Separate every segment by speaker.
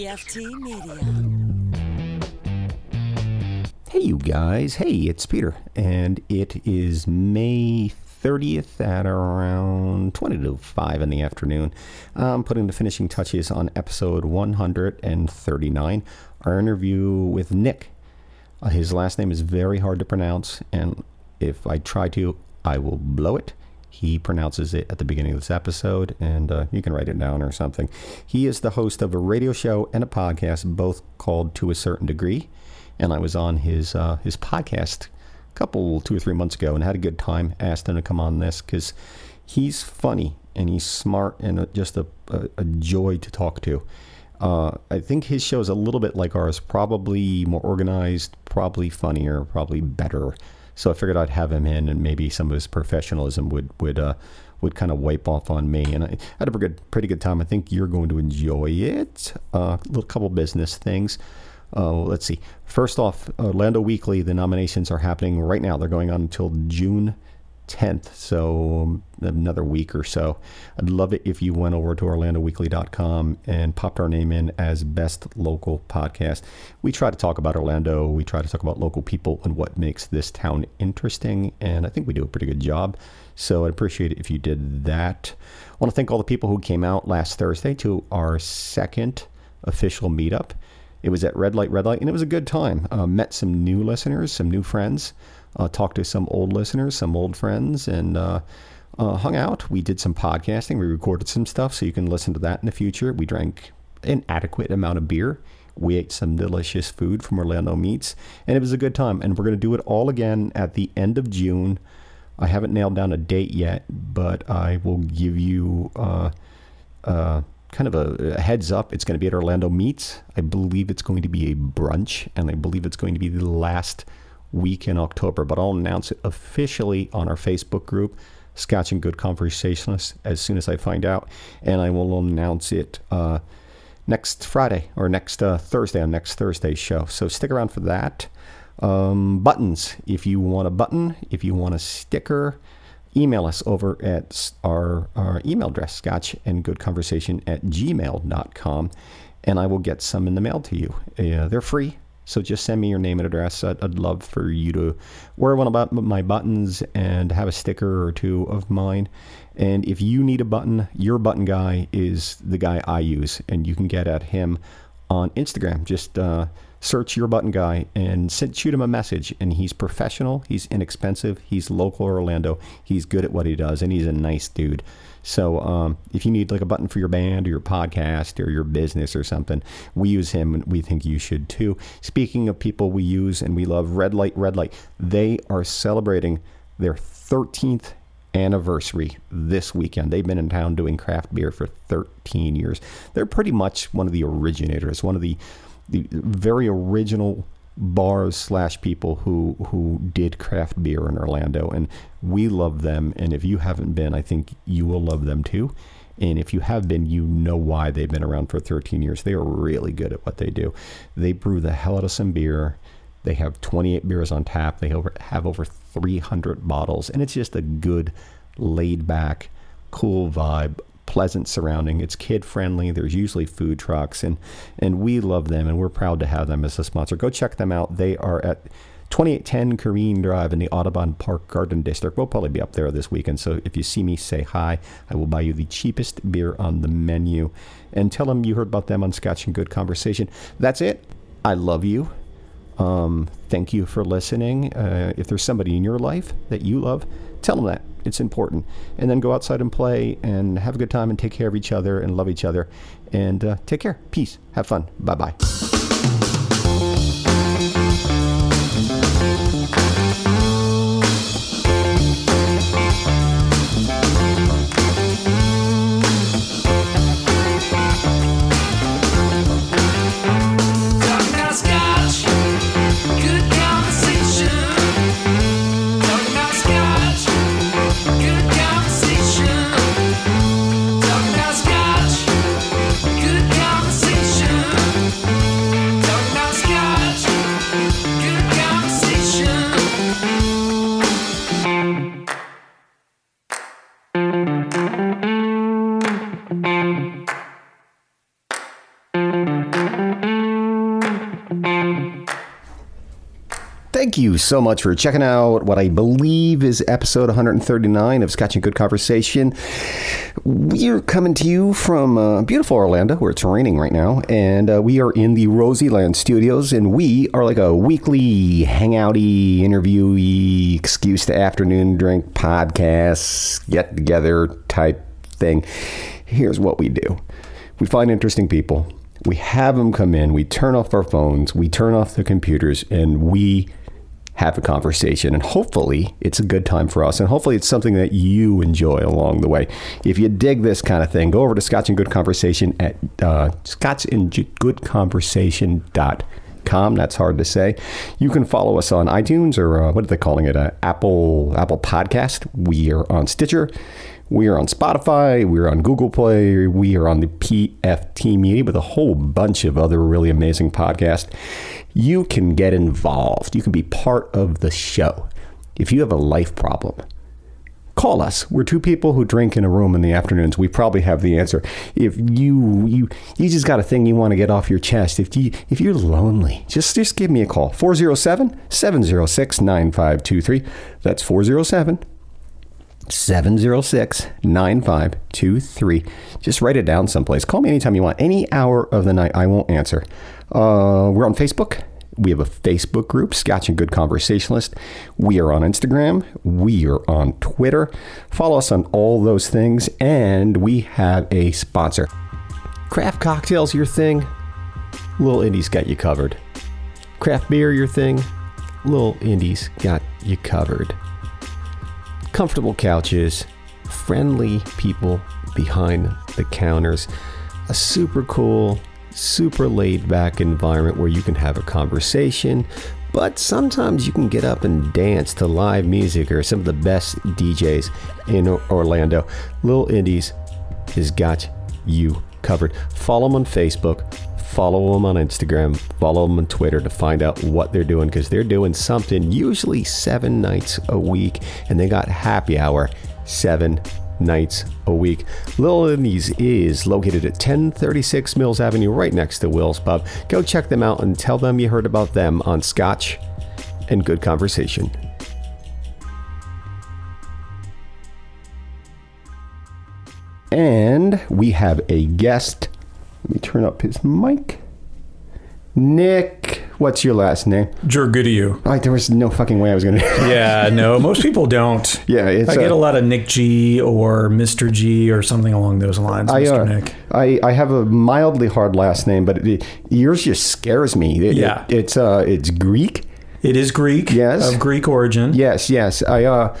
Speaker 1: PFT Media.
Speaker 2: Hey, you guys. Hey, it's Peter, and it is May 30th at around 20 to 5 in the afternoon. I'm putting the finishing touches on episode 139, our interview with Nick. Uh, His last name is very hard to pronounce, and if I try to, I will blow it. He pronounces it at the beginning of this episode, and uh, you can write it down or something. He is the host of a radio show and a podcast, both called To a Certain Degree. And I was on his uh, his podcast a couple, two or three months ago, and had a good time. Asked him to come on this because he's funny and he's smart and uh, just a, a, a joy to talk to. Uh, I think his show is a little bit like ours, probably more organized, probably funnier, probably better. So I figured I'd have him in, and maybe some of his professionalism would would uh, would kind of wipe off on me. And I, I had a pretty good, pretty good time. I think you're going to enjoy it. A little couple business things. Uh, let's see. First off, Orlando Weekly. The nominations are happening right now. They're going on until June 10th, so um, another week or so. I'd love it if you went over to orlandoweekly.com and popped our name in as best local podcast. We try to talk about Orlando, we try to talk about local people and what makes this town interesting, and I think we do a pretty good job. So I'd appreciate it if you did that. I want to thank all the people who came out last Thursday to our second official meetup. It was at Red Light, Red Light, and it was a good time. Uh, met some new listeners, some new friends, uh, talked to some old listeners, some old friends, and uh, uh, hung out. We did some podcasting. We recorded some stuff, so you can listen to that in the future. We drank an adequate amount of beer. We ate some delicious food from Orlando Meats, and it was a good time. And we're going to do it all again at the end of June. I haven't nailed down a date yet, but I will give you. Uh, uh, kind of a, a heads up. It's going to be at Orlando Meats. I believe it's going to be a brunch, and I believe it's going to be the last week in October. But I'll announce it officially on our Facebook group, Scotch and Good Conversationalists, as soon as I find out, and I will announce it. Uh, next Friday or next uh, Thursday on next Thursday's show. So stick around for that. Um, buttons, if you want a button, if you want a sticker, email us over at s- our, our email address, scotch and good conversation at gmail.com, and I will get some in the mail to you. Uh, they're free. So just send me your name and address. I'd, I'd love for you to wear one of bu- my buttons and have a sticker or two of mine. And if you need a button, your button guy is the guy I use, and you can get at him on Instagram. Just uh, search your button guy and send, shoot him a message. And he's professional, he's inexpensive, he's local Orlando, he's good at what he does, and he's a nice dude. So um, if you need like a button for your band or your podcast or your business or something, we use him and we think you should too. Speaking of people we use and we love, Red Light, Red Light, they are celebrating their 13th anniversary this weekend. They've been in town doing craft beer for 13 years. They're pretty much one of the originators, one of the, the very original bars slash people who who did craft beer in Orlando and we love them and if you haven't been I think you will love them too and if you have been you know why they've been around for 13 years they are really good at what they do they brew the hell out of some beer they have 28 beers on tap. They over, have over 300 bottles, and it's just a good, laid back, cool vibe, pleasant surrounding. It's kid friendly. There's usually food trucks, and and we love them, and we're proud to have them as a sponsor. Go check them out. They are at 2810 Kareen Drive in the Audubon Park Garden District. We'll probably be up there this weekend, so if you see me, say hi. I will buy you the cheapest beer on the menu, and tell them you heard about them on Scotch and Good Conversation. That's it. I love you. Um, thank you for listening. Uh, if there's somebody in your life that you love, tell them that. It's important. And then go outside and play and have a good time and take care of each other and love each other. And uh, take care. Peace. Have fun. Bye bye.
Speaker 3: Talking about scotch, good conversation. Talking about scotch, good conversation. Talking about scotch, good conversation.
Speaker 2: Thank you so much for checking out what I believe is episode 139 of Scotch and Good Conversation. We're coming to you from uh, beautiful Orlando, where it's raining right now, and uh, we are in the Rosyland Studios, and we are like a weekly hangouty, interviewee, excuse to afternoon drink podcast, get together type thing. Here's what we do: we find interesting people. We have them come in. We turn off our phones. We turn off the computers, and we have a conversation and hopefully it's a good time for us and hopefully it's something that you enjoy along the way if you dig this kind of thing go over to scotch and good conversation at uh, scotchandgoodconversation.com that's hard to say you can follow us on itunes or uh, what are they calling it uh, apple apple podcast we are on stitcher we are on Spotify, we're on Google Play, we are on the PFT Media with a whole bunch of other really amazing podcasts. You can get involved. You can be part of the show. If you have a life problem, call us. We're two people who drink in a room in the afternoons. We probably have the answer. If you you you just got a thing you want to get off your chest, if you if you're lonely, just just give me a call. 407-706-9523. That's 407- 706 9523. Just write it down someplace. Call me anytime you want, any hour of the night. I won't answer. Uh, we're on Facebook. We have a Facebook group, Scotch and Good Conversationalist. We are on Instagram. We are on Twitter. Follow us on all those things. And we have a sponsor. Craft cocktails, your thing. Little Indies got you covered. Craft beer, your thing. Little Indies got you covered comfortable couches, friendly people behind the counters, a super cool, super laid back environment where you can have a conversation. But sometimes you can get up and dance to live music or some of the best DJs in Orlando. Little Indies has got you covered. Follow them on Facebook, follow them on Instagram, follow them on Twitter to find out what they're doing because they're doing something usually seven nights a week, and they got happy hour seven nights a week. Little Indies is located at 1036 Mills Avenue, right next to Will's Pub. Go check them out and tell them you heard about them on Scotch and Good Conversation. And we have a guest. Let me turn up his mic. Nick, what's your last name?
Speaker 4: Jurgidio.
Speaker 2: I, there was no fucking way I was going to.
Speaker 4: Yeah, no, most people don't.
Speaker 2: Yeah, it's,
Speaker 4: I get
Speaker 2: uh,
Speaker 4: a lot of Nick G or Mr. G or something along those lines.
Speaker 2: I,
Speaker 4: Mr.
Speaker 2: uh,
Speaker 4: Nick.
Speaker 2: I, I have a mildly hard last name, but it, yours just scares me. It-
Speaker 4: Yeah.
Speaker 2: it- it's uh, it's Greek.
Speaker 4: It is Greek.
Speaker 2: Yes.
Speaker 4: Of Greek origin.
Speaker 2: Yes, yes. I uh,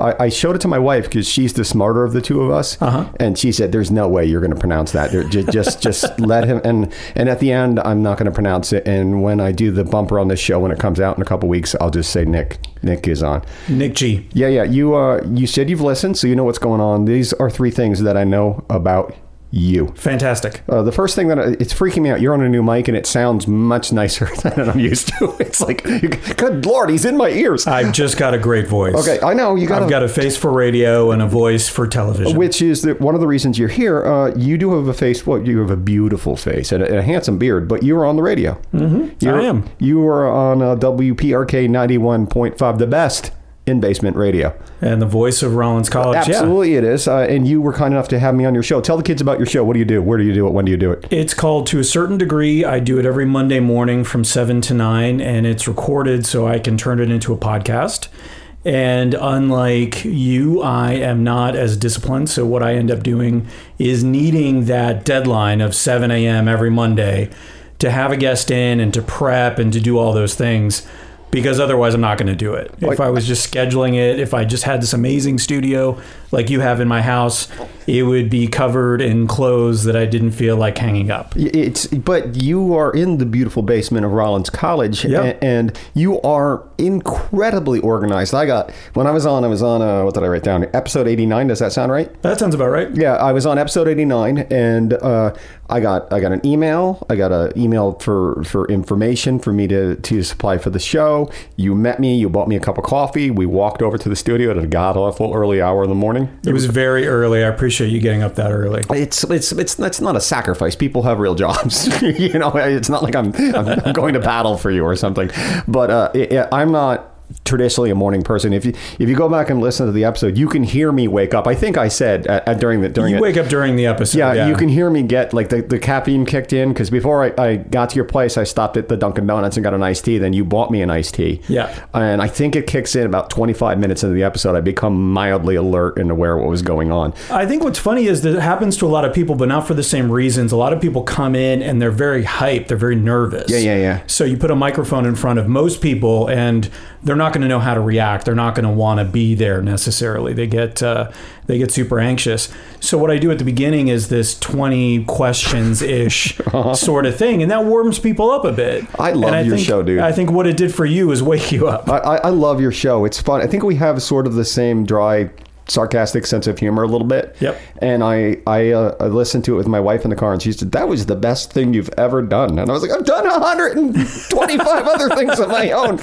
Speaker 2: I, I showed it to my wife because she's the smarter of the two of us,
Speaker 4: Uh-huh.
Speaker 2: and she said, "There's no way you're going to pronounce that. There- ju- Just, just let him." And and at the end, I'm not going to pronounce it. And when I do the bumper on this show when it comes out in a couple weeks, I'll just say Nick. Nick is on.
Speaker 4: Nick G.
Speaker 2: Yeah, yeah. You uh, you said you've listened, so you know what's going on. These are three things that I know about you.
Speaker 4: Fantastic.
Speaker 2: Uh, the first thing that I, it's freaking me out. You're on a new mic, and it sounds much nicer than I'm used to. It's like, good lord, he's in my ears.
Speaker 4: I've just got a great voice.
Speaker 2: Okay, I know you gotta-
Speaker 4: I've got a face for radio and a voice for television.
Speaker 2: Which is that one of the reasons you're here. Uh, you do have a face. Well, you have a beautiful face and a, and a handsome beard, but you were on the radio. Mm-hmm.
Speaker 4: I am.
Speaker 2: You were on uh, WPRK 91.5, the best in basement radio.
Speaker 4: and the voice of Rollins College.
Speaker 2: Absolutely, it is. Uh, and you were kind enough to have me on your show. Tell the kids about your show. What do you do? Where do you do it? When do you do it?
Speaker 4: Yeah. It's called To a Certain Degree. I do it every Monday morning from 7 to 9, and it's recorded so I can turn it into a podcast. And unlike you, I am not as disciplined. So, what I end up doing is needing that deadline of 7 a.m. every Monday to have a guest in and to prep and to do all those things because otherwise I'm not going to do it. If I was just scheduling it, if I just had this amazing studio like you have in my house, it would be covered in clothes that I didn't feel like hanging up.
Speaker 2: Y- It's but you are in the beautiful basement of Rollins College,
Speaker 4: Yep.
Speaker 2: a- and, you are incredibly organized. I got when I was on, I was on. Uh, what did I write down? Episode eighty nine. Does that sound right?
Speaker 4: That sounds about right.
Speaker 2: Yeah, I was on episode 89 and uh, I got I got an email. I got an email for for information for me to to supply for the show. You met me, you bought me a cup of coffee. We walked over to the studio at a god awful early hour in the morning.
Speaker 4: It was very early. I appreciate you getting up that early.
Speaker 2: It's it's it's that's not a sacrifice. People have real jobs. you know, it's not like I'm I'm, I'm going to battle for you or something. But uh, it, it- I'm not traditionally a morning person. If you if you go back and listen to the episode, you can hear me wake up. I think I said uh, uh, during the during
Speaker 4: You
Speaker 2: it,
Speaker 4: wake up during the episode.
Speaker 2: yeah,
Speaker 4: Yeah,
Speaker 2: you can hear me get like the, the caffeine kicked in because before I, I got to your place, I stopped at the Dunkin' Donuts and got an iced tea. Then you bought me an iced tea.
Speaker 4: Yeah.
Speaker 2: And I think it kicks in about 25 minutes into the episode. I become mildly alert and aware of what was going on.
Speaker 4: I think what's funny is that it happens to a lot of people, but not for the same reasons. A lot of people come in and they're very hyped, they're very nervous. Yeah,
Speaker 2: yeah, yeah.
Speaker 4: So you put a microphone in front of most people, and they're not going to know how to react. They're not going to want to be there necessarily. They get uh, they get super anxious. So what I do at the beginning is this twenty questions ish sort of thing, and that warms people up a bit.
Speaker 2: Uh-huh. I love
Speaker 4: And
Speaker 2: your
Speaker 4: think-
Speaker 2: show, dude.
Speaker 4: I think what it did for you is wake you up.
Speaker 2: I, I, I love your show. It's fun. I think we have sort of the same dry, sarcastic sense of humor a little bit.
Speaker 4: Yep.
Speaker 2: And I I, uh, I listened to it with my wife in the car, and she said that was the best thing you've ever done. And I was like, I've done 125 other things of my own.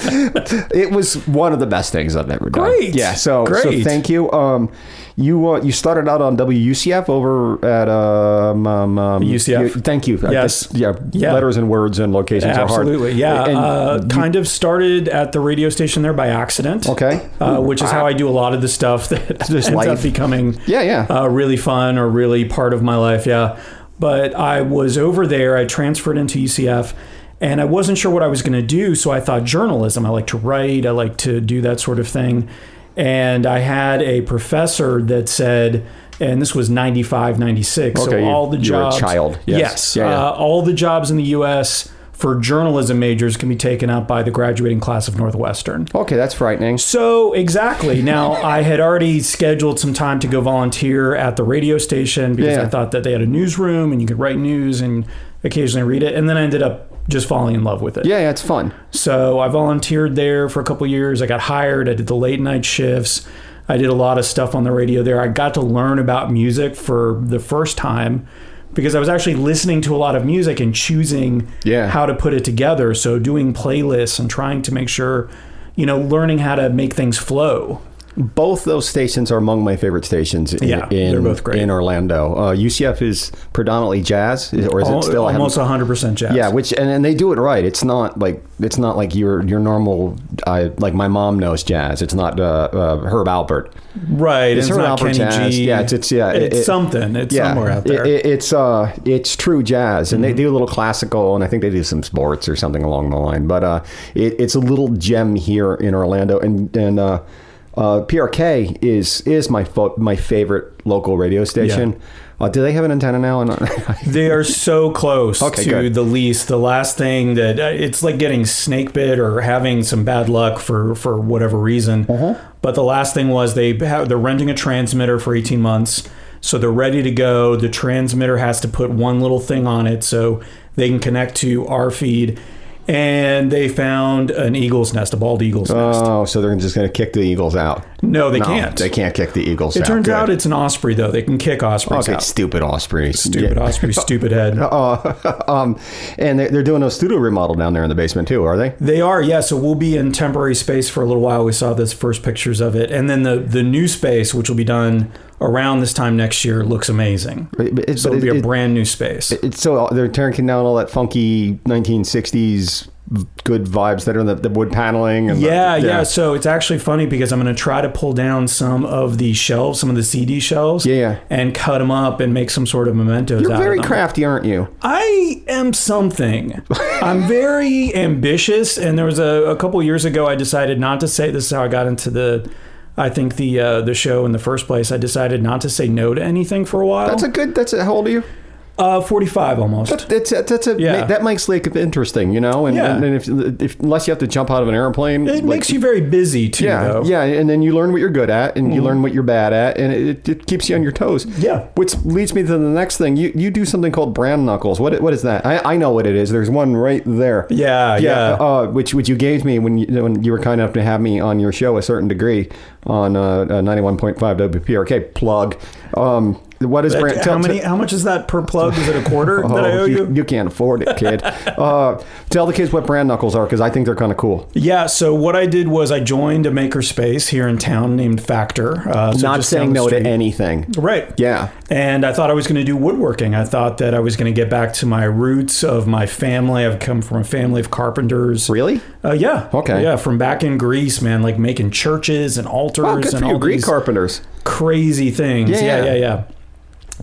Speaker 2: It was one of the best things I've ever done.
Speaker 4: Great.
Speaker 2: Yeah. So so
Speaker 4: Great.
Speaker 2: thank you. Um, you uh, you started out on WUCF over at um, um, um
Speaker 4: UCF.
Speaker 2: you- thank you. I
Speaker 4: Yes.
Speaker 2: guess- yeah,
Speaker 4: Yeah.
Speaker 2: Letters and words and locations
Speaker 4: Absolutely,
Speaker 2: are
Speaker 4: yeah.
Speaker 2: hard. And
Speaker 4: uh,
Speaker 2: you-
Speaker 4: kind of started at the radio station there by accident.
Speaker 2: Okay.
Speaker 4: uh, which is how I do a lot of the stuff that
Speaker 2: Just
Speaker 4: ends
Speaker 2: life.
Speaker 4: up becoming
Speaker 2: Yeah, yeah.
Speaker 4: uh, really fun or really part of my life. Yeah, but I was over there. I transferred into UCF. And I wasn't sure what I was going to do, so I thought journalism. I like to write. I like to do that sort of thing. And I had a professor that said, and this was 95, 96,
Speaker 2: Okay,
Speaker 4: so
Speaker 2: you-
Speaker 4: all the
Speaker 2: you were a
Speaker 4: jobs.
Speaker 2: child. Yes.
Speaker 4: Yes.
Speaker 2: Yeah, yeah.
Speaker 4: Uh, all the jobs in the U.S. for journalism majors can be taken up by the graduating class of Northwestern.
Speaker 2: okay, that's frightening.
Speaker 4: So exactly. Now I had already scheduled some time to go volunteer at the radio station because
Speaker 2: Yeah.
Speaker 4: I thought that they had a newsroom and you could write news and occasionally read it. And then I ended up just falling in love with it.
Speaker 2: Yeah, yeah, it's fun.
Speaker 4: So I volunteered there for a couple years. I got hired. I did the late night shifts. I did a lot of stuff on the radio there. I got to learn about music for the first time because I was actually listening to a lot of music and choosing
Speaker 2: Yeah.
Speaker 4: how to put it together. So doing playlists and trying to make sure, you know, learning how to make things flow.
Speaker 2: Both those stations are among my favorite stations. In,
Speaker 4: Yeah,
Speaker 2: in,
Speaker 4: they're both great.
Speaker 2: in Orlando. Uh, UCF is predominantly jazz, is- or is it still? I haven't-
Speaker 4: almost 100% jazz.
Speaker 2: yeah, which and, and they do it right. It's not like it's not like your your normal. I like my mom knows jazz. It's not uh, uh, Herb Albert.
Speaker 4: Right. and
Speaker 2: It's
Speaker 4: It's,
Speaker 2: her
Speaker 4: not
Speaker 2: Albert
Speaker 4: Kenny
Speaker 2: jazz.
Speaker 4: G.
Speaker 2: Yeah, it's- it's- yeah, it-
Speaker 4: It's
Speaker 2: it-
Speaker 4: something. It's somewhere out there. Mm-hmm.
Speaker 2: It- it- it's uh, it's true jazz, and they do a little classical, and I think they do some sports or something along the line. But uh, it, it's a little gem here in Orlando, and and uh, uh, PRK is is my fo- my favorite local radio station. Uh, do they have an antenna now? And
Speaker 4: They are so close
Speaker 2: Okay,
Speaker 4: to
Speaker 2: good.
Speaker 4: the lease. The last thing that uh, it's like getting snake bit or having some bad luck for for whatever reason.
Speaker 2: Uh-huh.
Speaker 4: But the last thing was they have, they're renting a transmitter for 18 months. So they're ready to go. The transmitter has to put one little thing on it so they can connect to our feed. And they found an eagle's nest, a bald eagle's nest.
Speaker 2: oh, so they're just going to kick the Eagles out?
Speaker 4: No, they
Speaker 2: No,
Speaker 4: can't.
Speaker 2: They can't kick the Eagles.
Speaker 4: It
Speaker 2: out.
Speaker 4: turns
Speaker 2: Good.
Speaker 4: out it's an osprey though. They can kick ospreys
Speaker 2: okay.
Speaker 4: out.
Speaker 2: Stupid Osprey.
Speaker 4: Stupid osprey, stupid head.
Speaker 2: Uh, um, and they're, they're doing a studio remodel down there in the basement too, are they?
Speaker 4: They are, yeah. So we'll be in temporary space for a little while. We saw those first pictures of it, and then the the new space, which will be done around this time next year, looks amazing.
Speaker 2: But- but it-
Speaker 4: So
Speaker 2: but
Speaker 4: it'll
Speaker 2: it-
Speaker 4: be a
Speaker 2: it-
Speaker 4: brand new space.
Speaker 2: it's so uh, they're tearing down all that funky 1960s good vibes that are in the, the wood paneling and the-
Speaker 4: yeah, yeah, So it's actually funny because I'm going to try to pull down some of the shelves, some of the CD shelves,
Speaker 2: Yeah, yeah.
Speaker 4: and cut them up and make some sort of mementos.
Speaker 2: you're
Speaker 4: out
Speaker 2: very
Speaker 4: of them.
Speaker 2: crafty aren't you
Speaker 4: I am something. I'm very ambitious, and there was a, a couple years ago I decided not to say this is how I got into the. I think the uh, the show in the first place. I decided not to say no to anything for a while.
Speaker 2: that's a good that's a how old are you
Speaker 4: uh, 45 almost.
Speaker 2: that's a, that's a
Speaker 4: Yeah.
Speaker 2: that makes like interesting you know and,
Speaker 4: Yeah.
Speaker 2: and, if, if unless you have to jump out of an airplane
Speaker 4: It makes you very busy too.
Speaker 2: yeah
Speaker 4: though.
Speaker 2: yeah and then you learn what you're good at and you learn what you're bad at and it, it keeps you on your toes
Speaker 4: Yeah.
Speaker 2: which leads me to the next thing you you do something called brand knuckles what what is that I, I know what it is there's one right there
Speaker 4: yeah, yeah.
Speaker 2: yeah, Uh, which which you gave me when you, when you were kind enough to have me on your show a certain degree. on uh, uh, 91.5 WPRK plug. Um, what is Brand?
Speaker 4: how
Speaker 2: tell-
Speaker 4: many? How much is that per plug? Is it a quarter that I
Speaker 2: Oh,
Speaker 4: owe you?
Speaker 2: you, you can't afford it, kid. uh, tell the kids what brand knuckles are because I think they're kind of cool.
Speaker 4: Yeah. So what I did was I joined a makerspace here in town named Factor. Uh, so
Speaker 2: Not
Speaker 4: just down
Speaker 2: saying
Speaker 4: the
Speaker 2: no to
Speaker 4: street.
Speaker 2: anything.
Speaker 4: Right.
Speaker 2: Yeah.
Speaker 4: And I thought I was going to do woodworking. I thought that I was going to get back to my roots of my family. I've come from a family of carpenters.
Speaker 2: Really?
Speaker 4: Uh, yeah.
Speaker 2: Okay.
Speaker 4: Yeah, from back in Greece, man, like making churches and altars
Speaker 2: Oh, good
Speaker 4: and
Speaker 2: for
Speaker 4: all
Speaker 2: you, Greek
Speaker 4: these
Speaker 2: carpenters.
Speaker 4: crazy things.
Speaker 2: Yeah,
Speaker 4: yeah,
Speaker 2: yeah.
Speaker 4: yeah, yeah.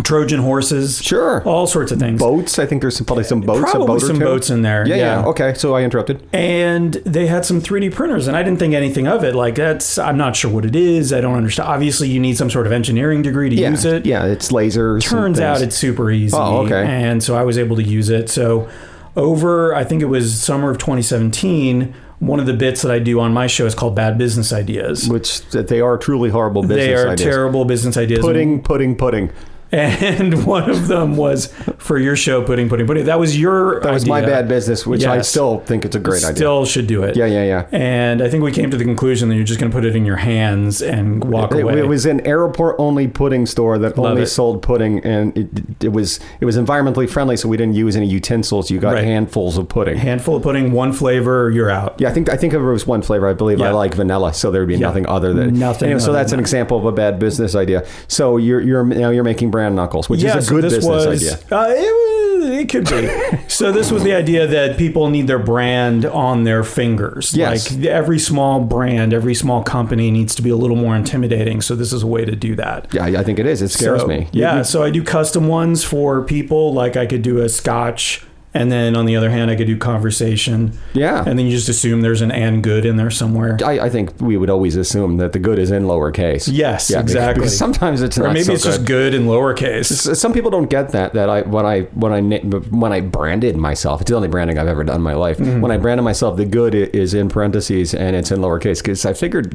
Speaker 4: Trojan horses.
Speaker 2: Sure.
Speaker 4: All sorts of things.
Speaker 2: Boats. I think there's some, probably some boats.
Speaker 4: Probably
Speaker 2: a boat or
Speaker 4: some
Speaker 2: two.
Speaker 4: boats in there.
Speaker 2: Yeah, yeah,
Speaker 4: yeah.
Speaker 2: Okay, so I interrupted.
Speaker 4: and they had some 3D printers, and I didn't think anything of it. Like that's, I'm not sure what it is. I don't understand. Obviously, you need some sort of engineering degree to
Speaker 2: Yeah,
Speaker 4: use it.
Speaker 2: yeah. It's lasers. and
Speaker 4: Turns out
Speaker 2: things.
Speaker 4: it's super easy.
Speaker 2: Oh, okay.
Speaker 4: And so I was able to use it. So over, I think it was summer of 2017. One of the bits that I do on my show is called Bad Business Ideas.
Speaker 2: which that they are truly horrible business
Speaker 4: They are
Speaker 2: ideas.
Speaker 4: terrible business ideas.
Speaker 2: Pudding, pudding, pudding.
Speaker 4: And one of them was for your show, pudding, pudding, pudding. That was your.
Speaker 2: That was my bad business, which I
Speaker 4: Yes.
Speaker 2: still think it's a great idea.
Speaker 4: Still should do it.
Speaker 2: Yeah, yeah, yeah.
Speaker 4: And I think we came to the conclusion that you're just going to put it in your hands and walk
Speaker 2: It,
Speaker 4: away.
Speaker 2: it was an airport-only pudding store that
Speaker 4: Love
Speaker 2: only
Speaker 4: it.
Speaker 2: sold pudding, and it, it was it was environmentally friendly, so we didn't use any utensils. You got
Speaker 4: Right.
Speaker 2: handfuls of pudding.
Speaker 4: handful of pudding, one flavor, you're out.
Speaker 2: yeah, I think I think it was one flavor. I believe I
Speaker 4: Yeah.
Speaker 2: like vanilla, so there would be nothing other than
Speaker 4: Nothing
Speaker 2: Anyway, so
Speaker 4: other
Speaker 2: that's
Speaker 4: than
Speaker 2: an
Speaker 4: that.
Speaker 2: example of a bad business idea. So you're you're now you're making brand knuckles, which is a
Speaker 4: so
Speaker 2: good
Speaker 4: this
Speaker 2: business
Speaker 4: was,
Speaker 2: idea.
Speaker 4: Uh, it, was- it could be. so this was the idea that people need their brand on their fingers.
Speaker 2: Yes.
Speaker 4: Like every small brand, every small company needs to be a little more intimidating. So this is a way to do that.
Speaker 2: Yeah, I think it is. It scares
Speaker 4: So,
Speaker 2: me.
Speaker 4: Yeah, so I do custom ones for people. Like I could do a Scotch, and then on the other hand, I could do conversation.
Speaker 2: Yeah.
Speaker 4: and then you just assume there's an and good in there somewhere.
Speaker 2: I, I think we would always assume that the good is in lowercase.
Speaker 4: Yes,
Speaker 2: Yeah, because-
Speaker 4: exactly.
Speaker 2: Because sometimes it's not
Speaker 4: or maybe
Speaker 2: so
Speaker 4: it's
Speaker 2: good.
Speaker 4: just good in lowercase.
Speaker 2: S- Some people don't get that. That I when I when I na- when I branded myself, it's the only branding I've ever done in my life.
Speaker 4: Mm-hmm.
Speaker 2: When I branded myself, the good i- is in parentheses and it's in lowercase because I figured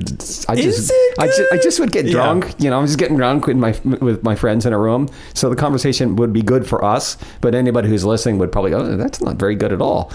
Speaker 2: I
Speaker 4: Is
Speaker 2: just,
Speaker 4: it
Speaker 2: I just I
Speaker 4: good?
Speaker 2: just would get
Speaker 4: Yeah.
Speaker 2: drunk. You know, I'm just getting drunk with my with my friends in a room, so the conversation would be good for us. But anybody who's listening would probably go, oh, "That's not very good at all."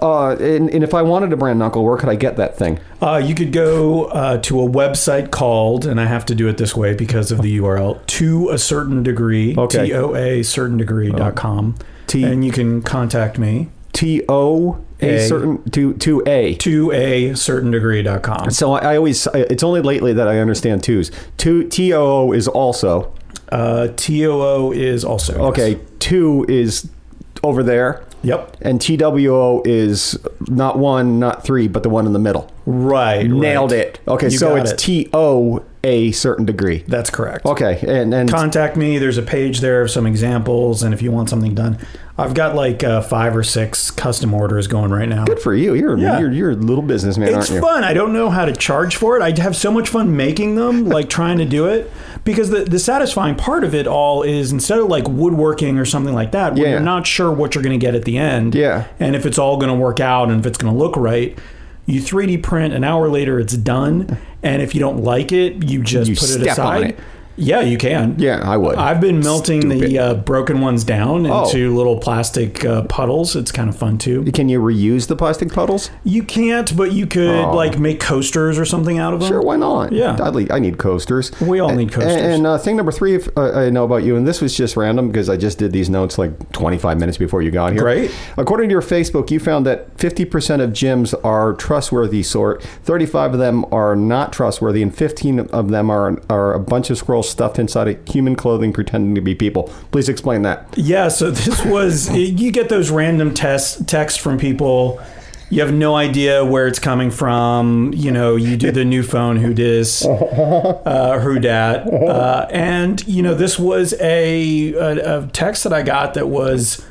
Speaker 2: Uh, and, and if I wanted to brand knuckle, where could I get that thing?
Speaker 4: Uh, you could go uh, to a website called, and I have to do it this way because of the URL, to a certain degree,
Speaker 2: Okay. Oh.
Speaker 4: T O A certain degree.com.
Speaker 2: T-
Speaker 4: and you can contact me
Speaker 2: T O a
Speaker 4: A.
Speaker 2: certain to to a
Speaker 4: to a certain degree.com.
Speaker 2: So I, I always, I- it's only lately that I understand twos. Two, T-O-O is also.
Speaker 4: Uh, T O O is also. yes.
Speaker 2: Okay, two is over there.
Speaker 4: Yep.
Speaker 2: And T-W-O is not one, not three, but the one in the middle.
Speaker 4: Right.
Speaker 2: Nailed
Speaker 4: right.
Speaker 2: it. Okay,
Speaker 4: You
Speaker 2: so
Speaker 4: got
Speaker 2: it's
Speaker 4: it.
Speaker 2: T-O a certain degree.
Speaker 4: That's correct.
Speaker 2: Okay, and, and
Speaker 4: Contact me. There's a page there of some examples, and if you want something done, I've got like uh, five or six custom orders going right now.
Speaker 2: good for you. You're,
Speaker 4: Yeah.
Speaker 2: you're, you're a little businessman,
Speaker 4: It's
Speaker 2: aren't you?
Speaker 4: fun. I don't know how to charge for it. I have so much fun making them, like trying to do it, because the, the satisfying part of it all is instead of like woodworking or something like that, where
Speaker 2: Yeah.
Speaker 4: you're not sure what you're going to get at the end,
Speaker 2: Yeah.
Speaker 4: and if it's all going to work out and if it's going to look right. You 3D print an hour later, it's done, and if you don't like it, you just
Speaker 2: You
Speaker 4: put
Speaker 2: step
Speaker 4: it
Speaker 2: on
Speaker 4: aside.
Speaker 2: it.
Speaker 4: Yeah, you can.
Speaker 2: Yeah, I would.
Speaker 4: I've been melting
Speaker 2: Stupid.
Speaker 4: the uh, broken ones down
Speaker 2: Oh.
Speaker 4: into little plastic uh, puddles. It's kind of fun too.
Speaker 2: Can you reuse the plastic puddles?
Speaker 4: You can't, but you could
Speaker 2: Oh.
Speaker 4: like make coasters or something out of them.
Speaker 2: Sure, why not?
Speaker 4: Yeah.
Speaker 2: I, le- I need coasters.
Speaker 4: We all
Speaker 2: A-
Speaker 4: need coasters.
Speaker 2: And, uh, thing number three, if, uh, I know about you, and this was just random because I just did these notes like 25 minutes before you got here.
Speaker 4: Great.
Speaker 2: According to your Facebook, you found that 50% of gyms are trustworthy sort, 35 of them are not trustworthy, and 15 of them are are a bunch of squirrels stuffed inside of human clothing pretending to be people. Please explain that.
Speaker 4: Yeah. So this was you get those random test texts from people. You have no idea where it's coming from. You know, you do the new phone. Who dis? Uh, who dat? Uh, and you know, this was a, a a text that I got that was,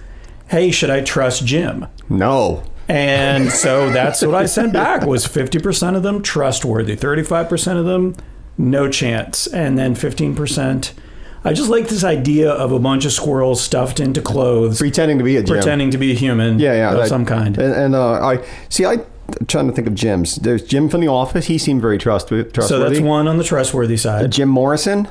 Speaker 4: "Hey, should I trust Jim?"
Speaker 2: No.
Speaker 4: And so that's what I sent back was 50% of them trustworthy, 35% of them no chance, and then 15% I just like this idea of a bunch of squirrels stuffed into clothes
Speaker 2: Pretending to be a gym.
Speaker 4: pretending to be a human
Speaker 2: Yeah, yeah,
Speaker 4: of
Speaker 2: that-
Speaker 4: some kind.
Speaker 2: And, and uh, I see. I I'm trying to think of Jim's. There's Jim from the office. He seemed very trust- uh, trustworthy.
Speaker 4: So that's one on the trustworthy side.
Speaker 2: Jim Morrison.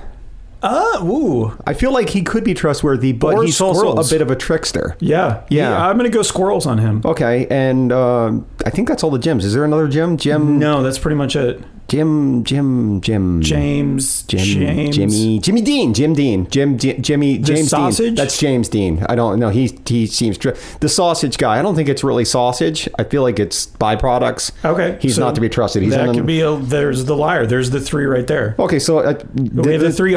Speaker 4: Ah, ooh.
Speaker 2: I feel like he could be trustworthy, but
Speaker 4: Or
Speaker 2: he's also a
Speaker 4: squirrels.
Speaker 2: bit of a trickster.
Speaker 4: Yeah.
Speaker 2: Yeah. Oh.
Speaker 4: I'm going to go squirrels on him.
Speaker 2: Okay, and uh, I think that's all the gyms. Is there another gym? Jim?
Speaker 4: Mm-hmm. No, that's pretty much it.
Speaker 2: Jim, Jim, Jim,
Speaker 4: James,
Speaker 2: Jim,
Speaker 4: James.
Speaker 2: Jimmy, Jimmy Dean, Jim Dean, Jim, Jim Jimmy, James Dean.
Speaker 4: sausage?
Speaker 2: That's James Dean. I don't know. He he seems dr- the sausage guy. I don't think it's really sausage. I feel like it's byproducts.
Speaker 4: Okay,
Speaker 2: he's
Speaker 4: so
Speaker 2: not to be trusted. He's
Speaker 4: that
Speaker 2: on
Speaker 4: could be a, there's the liar. There's the three right there.
Speaker 2: okay. So uh,
Speaker 4: we have the,
Speaker 2: th-
Speaker 4: three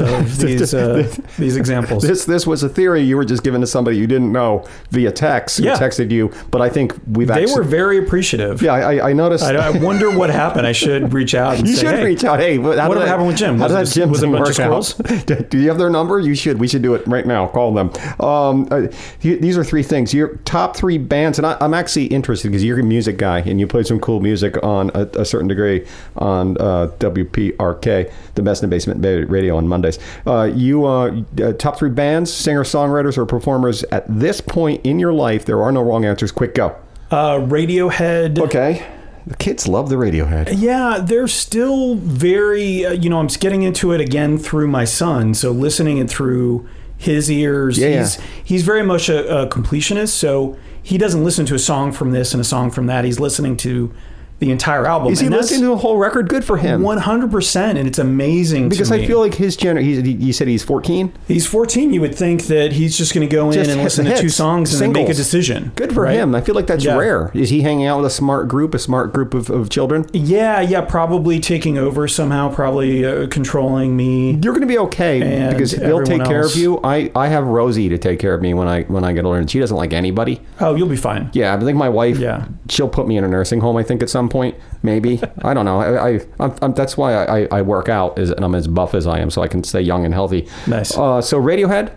Speaker 4: of these uh, these examples.
Speaker 2: this this was a theory you were just given to somebody you didn't know via text.
Speaker 4: Yeah.
Speaker 2: Who texted you? But I think we've
Speaker 4: they
Speaker 2: acci-
Speaker 4: were very appreciative.
Speaker 2: Yeah, I, I- I noticed.
Speaker 4: I, I wonder what happened. I should reach out. And
Speaker 2: You
Speaker 4: say,
Speaker 2: should
Speaker 4: "Hey,
Speaker 2: reach out. Hey, what
Speaker 4: Whatever happened with Jim?
Speaker 2: How
Speaker 4: Was
Speaker 2: did
Speaker 4: it
Speaker 2: that
Speaker 4: just-
Speaker 2: Jim
Speaker 4: was it a bunch
Speaker 2: work
Speaker 4: of squirrels?
Speaker 2: out? Do you have their number? You should. We should do it right now. Call them. Um, uh, th- these are three things. Your top three bands, and I, I'm actually interested because you're a music guy and you play some cool music on a, a certain degree on uh, WPRK, the Best in the Basement Ba- Radio on Mondays. Uh, you uh, uh, top three bands, singer, songwriters, or performers at this point in your life. There are no wrong answers. Quick, go.
Speaker 4: Uh, Radiohead.
Speaker 2: Okay. The kids love the Radiohead.
Speaker 4: Yeah, they're still very. Uh, you know, I'm getting into it again through my son, so listening it through his ears.
Speaker 2: Yeah,
Speaker 4: he's
Speaker 2: yeah.
Speaker 4: he's very much a, a completionist, so he doesn't listen to a song from this and a song from that. He's listening to the entire album.
Speaker 2: Is he
Speaker 4: and that's
Speaker 2: listening to the whole record? Good for him.
Speaker 4: One hundred percent, and it's amazing
Speaker 2: Because
Speaker 4: to
Speaker 2: I
Speaker 4: me.
Speaker 2: feel like his gener. He's, he, you said he's 14.
Speaker 4: he's fourteen. You would think that he's just going to go in
Speaker 2: Just
Speaker 4: and
Speaker 2: hit
Speaker 4: listen
Speaker 2: the
Speaker 4: to two
Speaker 2: hits,
Speaker 4: songs and then make a
Speaker 2: singles.
Speaker 4: decision.
Speaker 2: Good for
Speaker 4: right?
Speaker 2: him. I feel like that's
Speaker 4: Yeah.
Speaker 2: rare. Is he hanging out with a smart group, a smart group of, of children?
Speaker 4: Yeah, yeah, probably taking over somehow, probably uh, controlling me.
Speaker 2: You're going to be okay
Speaker 4: And
Speaker 2: because they'll take
Speaker 4: everyone
Speaker 2: care of
Speaker 4: else.
Speaker 2: you. I, I have Rosie to take care of me when I when I get older, and she doesn't like anybody.
Speaker 4: Oh, you'll be fine.
Speaker 2: Yeah, I think my wife.
Speaker 4: Yeah.
Speaker 2: she'll put me in a nursing home. I think at some point, maybe. I don't know. I, I I'm, I'm, that's why I, I, I work out, is, and I'm as buff as I am, so I can stay young and healthy.
Speaker 4: Nice.
Speaker 2: Uh, so Radiohead.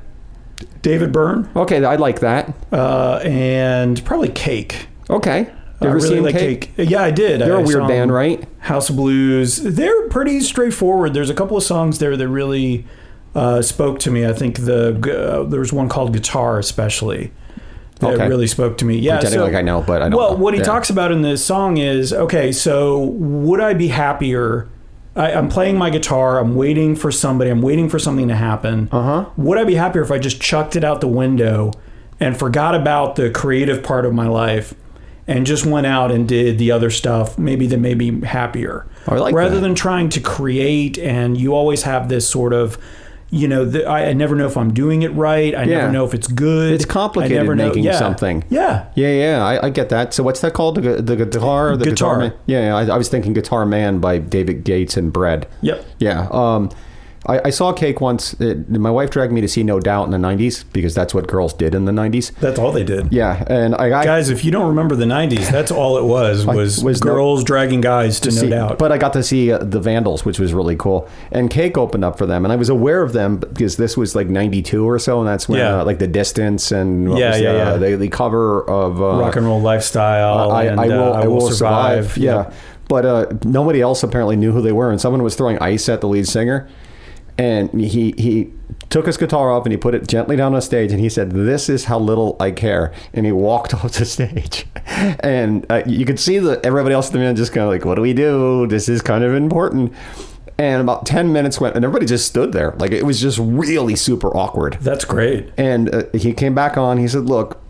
Speaker 4: David Byrne
Speaker 2: Okay, I like that.
Speaker 4: uh, and probably Cake.
Speaker 2: Okay.
Speaker 4: I
Speaker 2: You ever
Speaker 4: really
Speaker 2: seen
Speaker 4: like
Speaker 2: Cake?
Speaker 4: Cake? Yeah, I did.
Speaker 2: They're
Speaker 4: I
Speaker 2: a weird
Speaker 4: saw
Speaker 2: band,
Speaker 4: them.
Speaker 2: right?
Speaker 4: House of Blues. They're pretty straightforward. There's a couple of songs there that really uh, spoke to me. I think the gu- uh, there was one called Guitar, especially. That
Speaker 2: Okay.
Speaker 4: really spoke to me. Yeah,
Speaker 2: Pretending
Speaker 4: so-
Speaker 2: like I know, but I don't
Speaker 4: Well,
Speaker 2: know.
Speaker 4: what he
Speaker 2: Yeah.
Speaker 4: talks about in this song is okay. So would I be happier? I, I'm playing my guitar. I'm waiting for somebody. I'm waiting for something to happen. Uh
Speaker 2: Uh-huh.
Speaker 4: huh. Would I be happier if I just chucked it out the window and forgot about the creative part of my life? And just went out and did the other stuff, maybe that made me happier.
Speaker 2: Oh, I like
Speaker 4: Rather
Speaker 2: that.
Speaker 4: than trying to create, and you always have this sort of, you know, the, I, I never know if I'm doing it right. I
Speaker 2: Yeah.
Speaker 4: never know if it's good.
Speaker 2: It's
Speaker 4: I
Speaker 2: complicated
Speaker 4: never know-
Speaker 2: making
Speaker 4: yeah.
Speaker 2: something.
Speaker 4: Yeah.
Speaker 2: Yeah, yeah, I, I get that. So what's that called? The, gu- the guitar, the
Speaker 4: Guitar.
Speaker 2: man? Yeah, yeah, I, I was thinking Guitar Man by David Gates and Bread.
Speaker 4: Yep.
Speaker 2: Yeah. Um, I, I saw Cake once. It, my wife dragged me to see No Doubt in the '90s because that's what girls did in the '90s.
Speaker 4: That's all they did.
Speaker 2: Yeah, and I, I
Speaker 4: Guys, if you don't remember the 90s, that's all it was was,
Speaker 2: was no-
Speaker 4: girls dragging guys to no
Speaker 2: see-
Speaker 4: doubt.
Speaker 2: But I got to see uh, the Vandals, which was really cool. And Cake opened up for them, and I was aware of them because this was like '92 or so, and that's when
Speaker 4: Yeah.
Speaker 2: uh, like the Distance and what
Speaker 4: Yeah,
Speaker 2: was
Speaker 4: yeah,
Speaker 2: the,
Speaker 4: yeah.
Speaker 2: The, the cover of uh,
Speaker 4: Rock and roll lifestyle
Speaker 2: I,
Speaker 4: and
Speaker 2: I will,
Speaker 4: uh,
Speaker 2: I will survive. Yeah.
Speaker 4: Yep.
Speaker 2: But uh, nobody else apparently knew who they were, and someone was throwing ice at the lead singer, and he he took his guitar up and he put it gently down on stage, and he said, "This is how little I care," and he walked off the stage, and uh, you could see that everybody else in the band just kind of like, "What do we do? This is kind of important." And about ten minutes went, and everybody just stood there, like it was just really super awkward.
Speaker 4: That's great.
Speaker 2: And uh, he came back on. He said, "Look,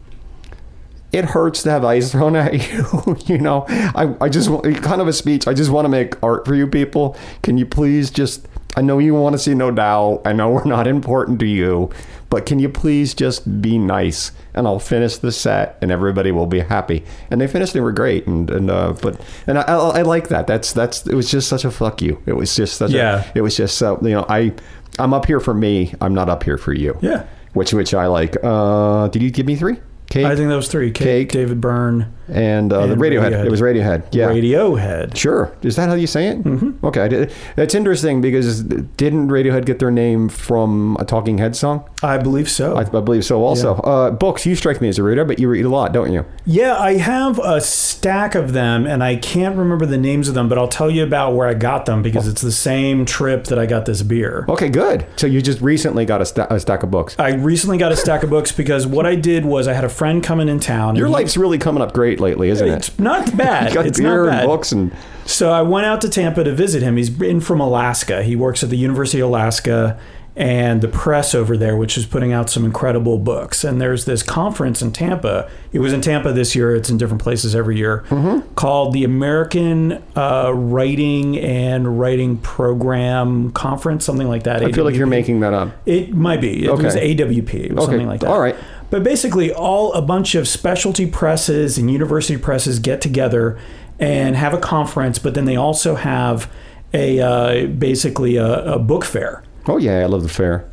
Speaker 2: it hurts to have ice thrown at you. you know, I, I just want kind of a speech. I just want to make art for you people. Can you please just? I know you want to see No Doubt. I know we're not important to you, but can you please just be nice? And I'll finish the set, and everybody will be happy. And they finished. They were great. And and uh, but and I, I, I like that. That's that's. It was just such a fuck you. It was just such.
Speaker 4: Yeah.
Speaker 2: A, it was just so you know. I I'm up here for me. I'm not up here for you.
Speaker 4: Yeah.
Speaker 2: Which which I like. Uh, did you give me three? Cake
Speaker 4: I think that was 3. Cake,
Speaker 2: Cake.
Speaker 4: David Byrne,
Speaker 2: and, uh, the
Speaker 4: and
Speaker 2: Radiohead.
Speaker 4: Radiohead.
Speaker 2: It was Radiohead. Yeah.
Speaker 4: Radiohead.
Speaker 2: Sure. Is that how you say it? Mm-hmm. Okay. I did- That's interesting because didn't Radiohead get their name from a Talking Head song?
Speaker 4: I believe so.
Speaker 2: I, I believe so. Also, uh, books. You strike me as a reader, but you read a lot, don't you?
Speaker 4: Yeah, I have a stack of them and I can't remember the names of them, but I'll tell you about where I got them because it's the same trip that I got this beer.
Speaker 2: Okay. Good. So you just recently got a, sta- a stack of books.
Speaker 4: I recently got a stack of books because what I did was I had a friend coming in town. and
Speaker 2: Your
Speaker 4: he-
Speaker 2: life's really coming up great lately, isn't it?
Speaker 4: It's not bad.
Speaker 2: You got
Speaker 4: it's
Speaker 2: beer
Speaker 4: not bad.
Speaker 2: and books and
Speaker 4: So I went out to Tampa to visit him. He's in from Alaska. He works at the University of Alaska, and the press over there, which is putting out some incredible books. And there's this conference in Tampa. It was in Tampa this year. It's in different places every year,
Speaker 2: Mm-hmm.
Speaker 4: called the American uh, Writing and Writing Program Conference, something like that.
Speaker 2: I feel like you're making that up.
Speaker 4: It might be. It
Speaker 2: Okay.
Speaker 4: was AWP or something like that.
Speaker 2: All right.
Speaker 4: But basically, all a bunch of specialty presses and university presses get together and have a conference, but then they also have a uh, basically a, a book fair.
Speaker 2: Oh yeah, I love the fair.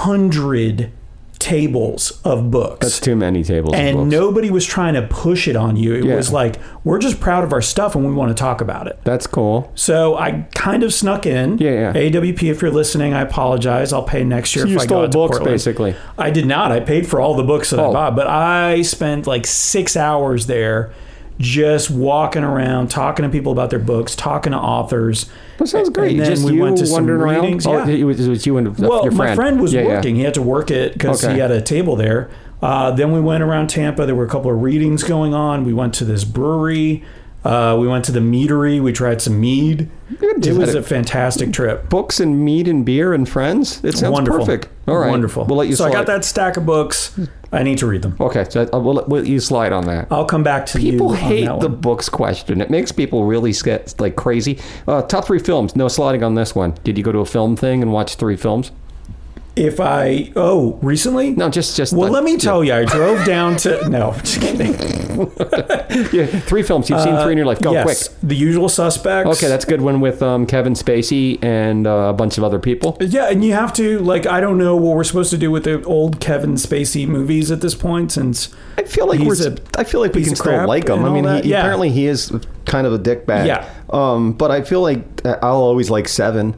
Speaker 4: 800 tables of books.
Speaker 2: It's too many tables
Speaker 4: and
Speaker 2: books.
Speaker 4: nobody was trying to push it on you. It
Speaker 2: Yeah.
Speaker 4: was like, we're just proud of our stuff and we want to talk about it.
Speaker 2: That's cool.
Speaker 4: So I kind of snuck in.
Speaker 2: Yeah, yeah.
Speaker 4: AWP, if you're listening, I apologize. I'll pay next year
Speaker 2: You
Speaker 4: if I go
Speaker 2: stole
Speaker 4: out to
Speaker 2: books
Speaker 4: Portland.
Speaker 2: basically.
Speaker 4: I did not. I paid for all the books that
Speaker 2: Oh.
Speaker 4: I bought, but I spent like six hours there just walking around, talking to people about their books, talking to authors.
Speaker 2: That sounds great.
Speaker 4: And then
Speaker 2: Just
Speaker 4: we
Speaker 2: you
Speaker 4: went to some
Speaker 2: wandering around.
Speaker 4: readings,
Speaker 2: Oh,
Speaker 4: yeah.
Speaker 2: it was, it was you and
Speaker 4: Well,
Speaker 2: your friend.
Speaker 4: my friend was
Speaker 2: Yeah, yeah.
Speaker 4: working. He had to work it because
Speaker 2: Okay.
Speaker 4: he had a table there. Uh, then we went around Tampa. There were a couple of readings going on. We went to this brewery. Uh, we went to the meadery. We tried some mead.
Speaker 2: Good
Speaker 4: It was
Speaker 2: God.
Speaker 4: a fantastic trip.
Speaker 2: Books and meat and beer and friends. It sounds
Speaker 4: Wonderful.
Speaker 2: perfect. All right.
Speaker 4: Wonderful.
Speaker 2: We'll let you
Speaker 4: so
Speaker 2: slide.
Speaker 4: I got that stack of books. I need to read them.
Speaker 2: Okay, so I- we'll, let- we'll let you slide on that.
Speaker 4: I'll come back to
Speaker 2: People
Speaker 4: Uh, you.
Speaker 2: hate
Speaker 4: on that
Speaker 2: the
Speaker 4: one.
Speaker 2: books question. It makes people really get like crazy. Uh, top three films. No sliding on this one. Did you go to a film thing and watch three films?
Speaker 4: If I oh recently
Speaker 2: No, just just.
Speaker 4: Well,
Speaker 2: the-
Speaker 4: let me tell you, I drove down to no, just kidding.
Speaker 2: Yeah, three films. You've seen three in your life. Go
Speaker 4: Uh, yes,
Speaker 2: quick.
Speaker 4: The Usual Suspects.
Speaker 2: Okay, that's a good one with um, Kevin Spacey and uh, a bunch of other people.
Speaker 4: yeah, and you have to like I don't know what we're supposed to do with the old Kevin Spacey movies at this point since
Speaker 2: I feel like
Speaker 4: He's
Speaker 2: we're.
Speaker 4: a
Speaker 2: I feel like we
Speaker 4: piece
Speaker 2: can
Speaker 4: of
Speaker 2: still
Speaker 4: crap
Speaker 2: like him.
Speaker 4: and
Speaker 2: I mean,
Speaker 4: all
Speaker 2: he,
Speaker 4: that. Yeah.
Speaker 2: apparently he is kind of a dickbag.
Speaker 4: Yeah.
Speaker 2: Um, but I feel like I'll always like seven.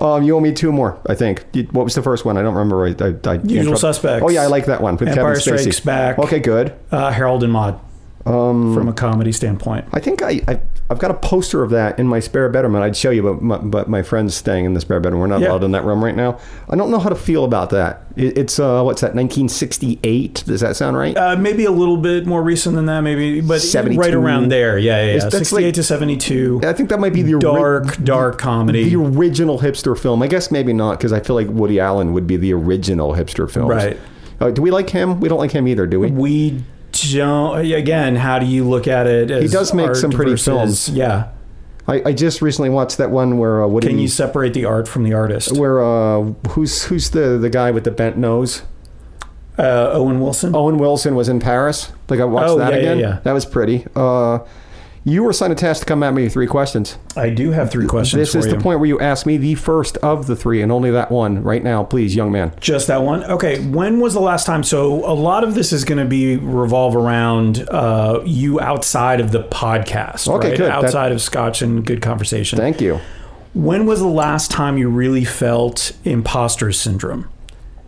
Speaker 2: Um, you owe me two more. I think. You- What was the first one? I don't remember. I, I, I
Speaker 4: Usual Suspects.
Speaker 2: Oh yeah, I like that one with
Speaker 4: Empire
Speaker 2: Kevin Spacey.
Speaker 4: Strikes Back.
Speaker 2: Okay, good.
Speaker 4: uh, Harold and Maude
Speaker 2: Um,
Speaker 4: from a comedy standpoint.
Speaker 2: I think I, I I've got a poster of that in my spare bedroom, and I'd show you, but my, but my friend's staying in the spare bedroom. We're not
Speaker 4: Yeah.
Speaker 2: allowed in that room right now. I don't know how to feel about that. It, it's uh, what's that? 1968. Does that sound right?
Speaker 4: Uh, maybe a little bit more recent than that, maybe, but
Speaker 2: 72.
Speaker 4: right around there. Yeah, yeah, yeah.
Speaker 2: It's- that's like-
Speaker 4: 68 to 72.
Speaker 2: I think that might be the ori-
Speaker 4: Dark, dark comedy.
Speaker 2: the original hipster film. I guess maybe not because I feel like Woody Allen would be the original hipster film.
Speaker 4: Right.
Speaker 2: Uh, do we like him? We don't like him either, do we?
Speaker 4: we don't again how do you look at it as
Speaker 2: does make
Speaker 4: art
Speaker 2: some pretty
Speaker 4: versus-
Speaker 2: films.
Speaker 4: yeah
Speaker 2: I, I just recently watched that one where uh, Woody.
Speaker 4: can you separate the art from the artist
Speaker 2: where uh, who's who's the the guy with the bent nose?
Speaker 4: uh, owen wilson
Speaker 2: Owen Wilson was in Paris. Like I watched
Speaker 4: Oh,
Speaker 2: that
Speaker 4: yeah, yeah,
Speaker 2: again.
Speaker 4: yeah.
Speaker 2: That was pretty. Uh, you were assigned a task to come at me with three questions.
Speaker 4: i do have three questions
Speaker 2: this
Speaker 4: for
Speaker 2: is
Speaker 4: you
Speaker 2: the point where you ask me the first of the three and only that one right now, please, young man.
Speaker 4: just that one okay when was the last time so a lot of this is going to be revolve around uh, you outside of the podcast
Speaker 2: Okay,
Speaker 4: right?
Speaker 2: good. That-
Speaker 4: outside of scotch and good conversation
Speaker 2: Thank you.
Speaker 4: when was the last time you really felt imposter syndrome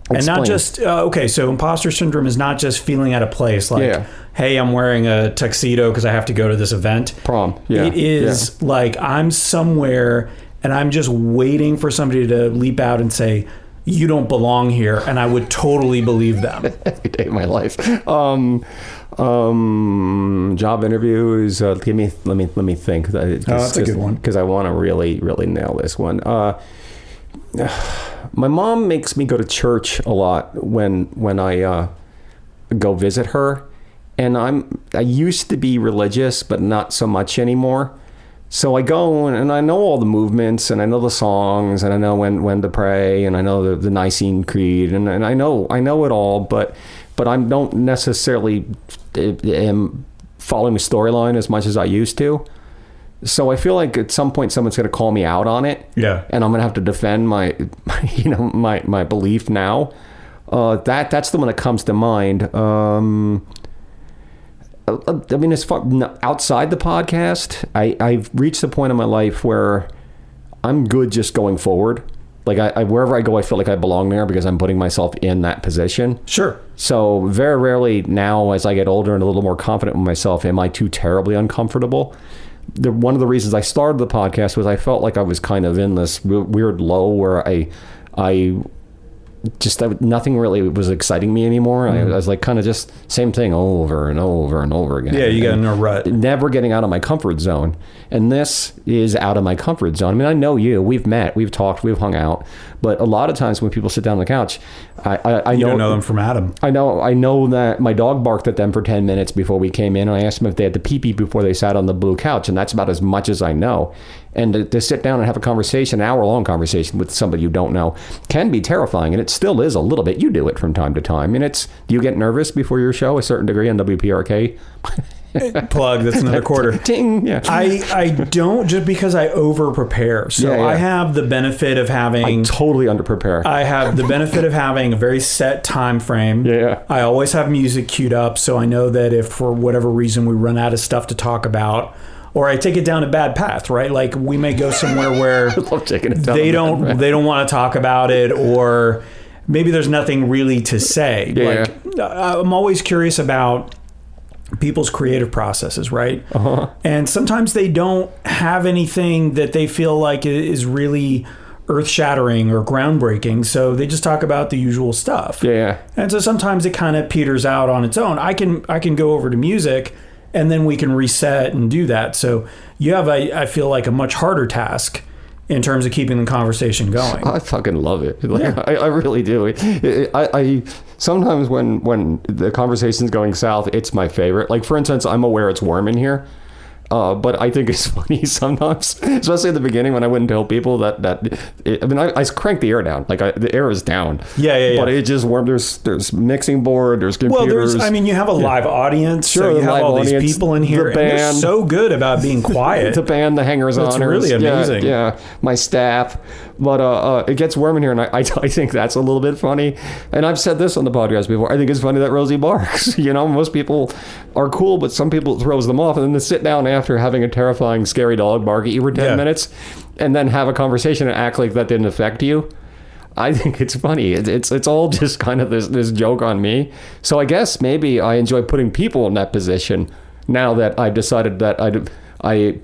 Speaker 4: and
Speaker 2: Explain.
Speaker 4: not just uh, okay so imposter syndrome is not just feeling out of place like
Speaker 2: Yeah.
Speaker 4: hey i'm wearing a tuxedo because i have to go to this event
Speaker 2: Prom. Yeah.
Speaker 4: it is like i'm somewhere and i'm just waiting for somebody to leap out and say you don't belong here and i would totally believe them
Speaker 2: every day of my life. Um, um, job interviews. Uh, give me, let me, let me think. Oh,
Speaker 4: that's a good one.
Speaker 2: Because I want to really, really nail this one. Uh, my mom makes me go to church a lot when when I uh, go visit her, and I'm I used to be religious, but not so much anymore. So I go and- and I know all the movements and I know the songs and I know when, when to pray and I know the, the Nicene Creed and, and I know I know it all, but but I don't necessarily uh, am following the storyline as much as I used to. So I feel like at some point someone's going to call me out on it
Speaker 4: yeah
Speaker 2: and I'm gonna have to defend my, my you know my my belief now. Uh, that that's the one that comes to mind. Um, I, I mean, as far no, outside the podcast, I I've reached the point in my life where I'm good just going forward. Like I, I wherever I go, I feel like I belong there because I'm putting myself in that position.
Speaker 4: sure
Speaker 2: So very rarely now, as I get older and a little more confident in myself, am I too terribly uncomfortable? The, one of the reasons I started the podcast was I felt like I was kind of in this w- weird low where I, I just that nothing really was exciting me anymore. I,
Speaker 4: Mm-hmm.
Speaker 2: I was like kind of just same thing over and over and over again.
Speaker 4: Yeah, you got
Speaker 2: And
Speaker 4: in a rut.
Speaker 2: Never getting out of my comfort zone, and this is out of my comfort zone. I mean, I know you. We've met, we've talked, we've hung out, but a lot of times when people sit down on the couch, I I, I
Speaker 4: You
Speaker 2: know,
Speaker 4: don't know them from Adam.
Speaker 2: I know I know that my dog barked at them for ten minutes before we came in, and I asked them if they had to pee pee before they sat on the blue couch, and that's about as much as I know. And to, to sit down and have a conversation, an hour long conversation with somebody you don't know, can be terrifying, and it still is a little bit. You do it from time to time, and it's do you get nervous before your show a certain degree on WPRK?
Speaker 4: Plug. That's another quarter.
Speaker 2: Ting, yeah.
Speaker 4: I, I don't just because I over prepare. So
Speaker 2: Yeah, yeah.
Speaker 4: I have the benefit of having
Speaker 2: totally underprepare.
Speaker 4: I have the benefit of having a very set time frame.
Speaker 2: Yeah.
Speaker 4: I always have music queued up, so I know that if for whatever reason we run out of stuff to talk about, or I take it down a bad path, right? Like we may go somewhere where
Speaker 2: love taking it down
Speaker 4: they
Speaker 2: a bad
Speaker 4: don't they don't want to talk about it, or maybe there's nothing really to say.
Speaker 2: Yeah.
Speaker 4: Like I- I'm always curious about people's creative processes, right? Uh-huh. And sometimes they don't have anything that they feel like i- is really earth shattering or groundbreaking. So they just talk about the usual stuff.
Speaker 2: yeah,
Speaker 4: And so sometimes it kind of peters out on its own. I can I can go over to music and then we can reset and do that. So you have a I feel like a much harder task in terms of keeping the conversation going.
Speaker 2: I fucking love it. Like, I, I really do. It- it- I, I sometimes when when the conversation's going south, it's my favorite. Like for instance, I'm aware it's warm in here. Uh, but I think it's funny sometimes, especially at the beginning when I wouldn't tell people that that. It, I mean, I, I crank the air down, like I, the air is down.
Speaker 4: Yeah, yeah, yeah.
Speaker 2: But it just warm. There's there's mixing board. There's
Speaker 4: Well,
Speaker 2: computers.
Speaker 4: there's I mean you have a live audience,
Speaker 2: Sure,
Speaker 4: so you
Speaker 2: the
Speaker 4: have
Speaker 2: live
Speaker 4: all
Speaker 2: audience,
Speaker 4: these people in
Speaker 2: the
Speaker 4: here and they're
Speaker 2: band.
Speaker 4: so good about being quiet.
Speaker 2: the band, the hangers on.
Speaker 4: That's really amazing.
Speaker 2: Yeah, my staff. But uh, uh, it gets warm in here, and I, I, I think that's a little bit funny. And I've said this on the podcast before. I think it's funny that Rosie barks. you know, most people are cool, but some people it throws them off. And then to sit down after having a terrifying, scary dog bark at you for 10
Speaker 4: Yeah.
Speaker 2: minutes and then have a conversation and act like that didn't affect you. I think it's funny. It, it's it's all just kind of this this joke on me. So I guess maybe I enjoy putting people in that position. Now that I've decided that I I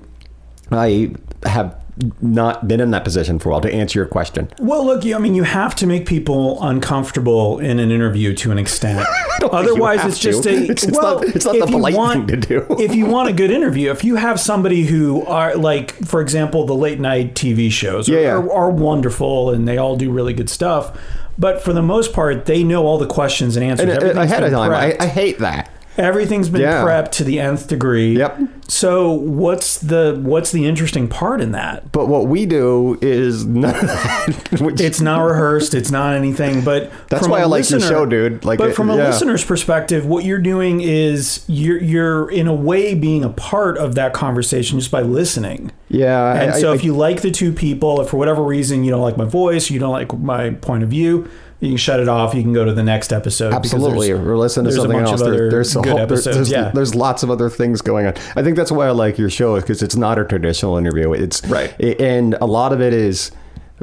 Speaker 2: I have not been in that position for a while. To answer your question,
Speaker 4: Well, look, you, I mean, you have to make people uncomfortable in an interview to an extent. Otherwise,
Speaker 2: you
Speaker 4: it's
Speaker 2: have
Speaker 4: just
Speaker 2: to.
Speaker 4: a
Speaker 2: It's not-
Speaker 4: well.
Speaker 2: it's not the
Speaker 4: if you
Speaker 2: polite
Speaker 4: want-
Speaker 2: thing to do.
Speaker 4: if you want a good interview, if you have somebody who are like, for example, the late night TV shows are,
Speaker 2: Yeah, yeah.
Speaker 4: Are, are wonderful and they all do really good stuff, but for the most part, they know all the questions and answers.
Speaker 2: and uh,
Speaker 4: Everything's
Speaker 2: ahead of
Speaker 4: been
Speaker 2: time, I,
Speaker 4: prepped.
Speaker 2: I hate that.
Speaker 4: Everything's been
Speaker 2: Yeah.
Speaker 4: prepped to the nth degree.
Speaker 2: Yep.
Speaker 4: So what's the what's the interesting part in that?
Speaker 2: But what we do is none of that. Which,
Speaker 4: It's not rehearsed. It's not anything. But
Speaker 2: That's
Speaker 4: from
Speaker 2: why
Speaker 4: a
Speaker 2: I like your
Speaker 4: listener-
Speaker 2: show, dude. Like,
Speaker 4: but
Speaker 2: it-
Speaker 4: from a
Speaker 2: yeah.
Speaker 4: listener's perspective, what you're doing is you're you're in a way being a part of that conversation just by listening.
Speaker 2: yeah.
Speaker 4: And
Speaker 2: I-
Speaker 4: so,
Speaker 2: I-
Speaker 4: if you like the two people, if for whatever reason you don't like my voice, you don't like my point of view, you can shut it off. You can go to the next episode. because
Speaker 2: Absolutely,
Speaker 4: there's-
Speaker 2: or listen to
Speaker 4: there's a
Speaker 2: something
Speaker 4: bunch of
Speaker 2: else. There-
Speaker 4: other
Speaker 2: there's a
Speaker 4: good
Speaker 2: whole, there-
Speaker 4: episodes,
Speaker 2: there's,
Speaker 4: yeah.
Speaker 2: there's lots of other things going on. I think that's why I like your show because it's not a traditional interview. It's
Speaker 4: Right.
Speaker 2: i- and a lot of it is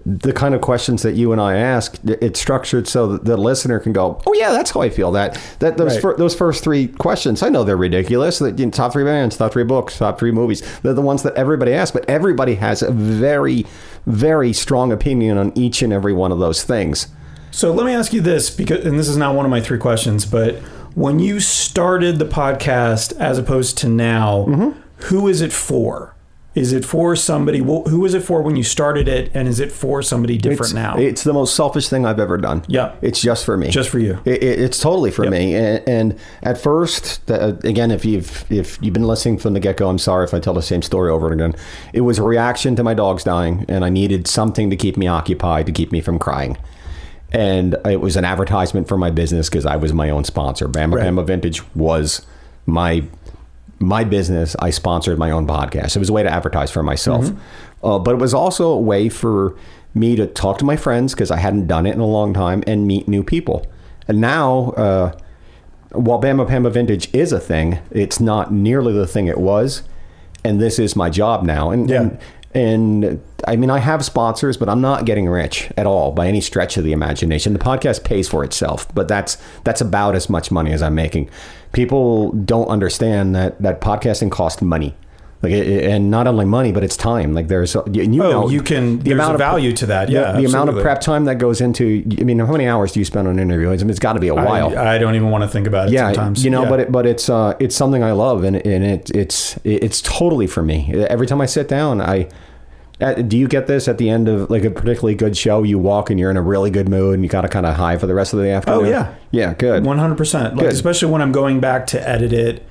Speaker 2: the kind of questions that you and I ask. i- It's structured so that the listener can go, "Oh yeah, that's how I feel." That that those
Speaker 4: Right.
Speaker 2: fir- those first three questions, I know they're ridiculous. That you know, top three bands, top three books, top three movies. They're the ones that everybody asks, but everybody has a very very strong opinion on each and every one of those things.
Speaker 4: So let me ask you this, because and this is not one of my three questions, but when you started the podcast as opposed to now,
Speaker 2: Mm-hmm.
Speaker 4: who is it for? Is it for somebody? wh- Who was it for when you started it, and is it for somebody different
Speaker 2: it's,
Speaker 4: now?
Speaker 2: It's the most selfish thing I've ever done.
Speaker 4: Yeah.
Speaker 2: It's just for me.
Speaker 4: Just for you.
Speaker 2: It, it- it's totally for me. And, and at first, the, again, if you've if you've been listening from the get go, I'm sorry if I tell the same story over and again. It was a reaction to my dog's dying, and I needed something to keep me occupied to keep me from crying. And it was an advertisement for my business because I was my own sponsor. Bama
Speaker 4: Right.
Speaker 2: Bama Vintage was my my business, I sponsored my own podcast. It was a way to advertise for myself. Uh, but it was also a way for me to talk to my friends because I hadn't done it in a long time and meet new people. And now, uh, while Bama Pamba Vintage is a thing, it's not nearly the thing it was. And this is my job now. And,
Speaker 4: Yeah.
Speaker 2: and and I mean, I have sponsors, but I'm not getting rich at all by any stretch of the imagination. The podcast pays for itself, but that's that's about as much money as I'm making. People don't understand that that podcasting costs money. Like, it- it- and not only money, but it's time. Like, there's and you
Speaker 4: Oh,
Speaker 2: know
Speaker 4: you can.
Speaker 2: the
Speaker 4: there's
Speaker 2: amount
Speaker 4: a
Speaker 2: of
Speaker 4: value to that.
Speaker 2: the-
Speaker 4: Yeah,
Speaker 2: the, amount of
Speaker 4: absolutely.
Speaker 2: prep time that goes into. I mean, how many hours do you spend on an interview? It's, it's got to be a while.
Speaker 4: I, I don't even want to think about it.
Speaker 2: yeah,
Speaker 4: sometimes
Speaker 2: you know,
Speaker 4: Yeah.
Speaker 2: but it, but it's uh, it's something I love, and and it it's it's totally for me. Every time I sit down, I. At, do you get this at the end of like a particularly good show? You walk and you're in a really good mood, and you got to kind of high for the rest of the afternoon.
Speaker 4: Oh, yeah.
Speaker 2: yeah, good.
Speaker 4: One hundred percent. Like
Speaker 2: Good.
Speaker 4: especially when I'm going back to edit it.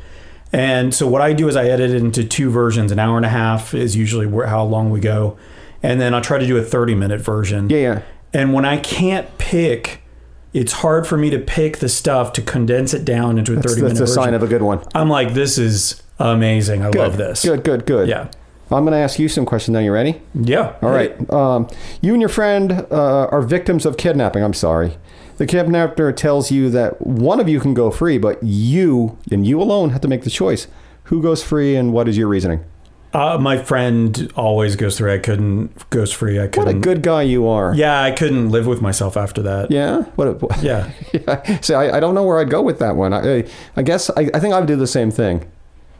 Speaker 4: And so what I do is I edit it into two versions. An hour and a half is usually where, how long we go, and then I'll try to do a thirty-minute version.
Speaker 2: yeah, yeah.
Speaker 4: And when I can't pick, it's hard for me to pick the stuff to condense it down into a
Speaker 2: That's,
Speaker 4: thirty-minute
Speaker 2: that's
Speaker 4: version.
Speaker 2: a sign of a good one.
Speaker 4: I'm like, this is amazing. I
Speaker 2: Good.
Speaker 4: love this.
Speaker 2: Good, good, good.
Speaker 4: Yeah.
Speaker 2: I'm going to ask you some questions now. You ready?
Speaker 4: Yeah.
Speaker 2: All right. Um, you and your friend uh, are victims of kidnapping. I'm sorry. The kidnapper tells you that one of you can go free, but you and you alone have to make the choice. Who goes free and what is your reasoning?
Speaker 4: Uh, my friend always goes through. I couldn't goes free. I
Speaker 2: What a
Speaker 4: couldn't.
Speaker 2: good guy you are.
Speaker 4: Mm. yeah, I couldn't live with myself after that.
Speaker 2: Yeah. What? A,
Speaker 4: Yeah.
Speaker 2: yeah. See, I, I don't know where I'd go with that one. I, I- I guess I, I think I would do the same thing.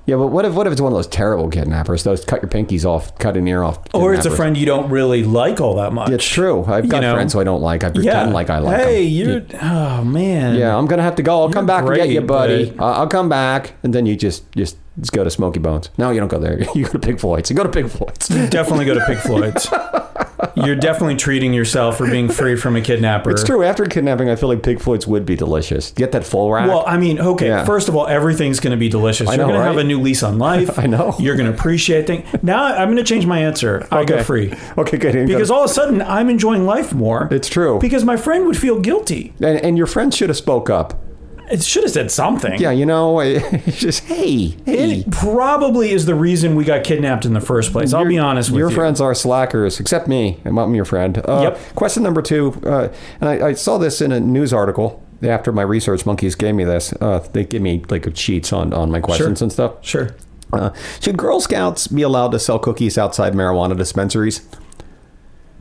Speaker 2: Yeah, but what if what if it's one of those terrible kidnappers? Those cut your pinkies off, cut an ear off.
Speaker 4: Or it's a
Speaker 2: kidnappers?
Speaker 4: friend you don't really like all that much.
Speaker 2: It's true. I've
Speaker 4: You
Speaker 2: got
Speaker 4: know?
Speaker 2: friends who I don't like. I pretend like I like
Speaker 4: Hey,
Speaker 2: them.
Speaker 4: you're. Oh man.
Speaker 2: Yeah, I'm gonna have to go. I'll come
Speaker 4: You're
Speaker 2: back and get you,
Speaker 4: great,
Speaker 2: buddy.
Speaker 4: but-
Speaker 2: I- I'll come back, and then you just just, just go to Smoky Bones. No, you don't go there. You go to Pig Floyd's. You go to Pig Floyd's.
Speaker 4: Definitely go to Pink Floyd's. you're definitely treating yourself for being free from a kidnapper.
Speaker 2: It's true. After kidnapping, I feel like Pig Floyd's would be delicious. Get that full rack.
Speaker 4: Well, I mean, okay.
Speaker 2: Yeah.
Speaker 4: First of all, everything's going to be delicious.
Speaker 2: know,
Speaker 4: You're going
Speaker 2: right?
Speaker 4: to have a new lease on life.
Speaker 2: I know.
Speaker 4: You're going to appreciate things. Now I'm going to change my answer. I'll
Speaker 2: Okay.
Speaker 4: go free
Speaker 2: okay, good. You go
Speaker 4: because
Speaker 2: to-
Speaker 4: all of a sudden I'm enjoying life more.
Speaker 2: It's true.
Speaker 4: Because my friend would feel guilty.
Speaker 2: and, and your friend should have spoke up.
Speaker 4: It should have said something.
Speaker 2: Yeah, you know, it's just hey, hey.
Speaker 4: It probably is the reason we got kidnapped in the first place. I'll
Speaker 2: Your-
Speaker 4: be honest with
Speaker 2: your
Speaker 4: you.
Speaker 2: friends are slackers, except me. I'm, I'm your friend. Uh,
Speaker 4: Yep.
Speaker 2: Question number two, uh, and I, I saw this in a news article after my research monkeys gave me this. Uh, they give me like sheets on, on my questions and stuff.
Speaker 4: Sure.
Speaker 2: Uh, should Girl Scouts be allowed to sell cookies outside marijuana dispensaries?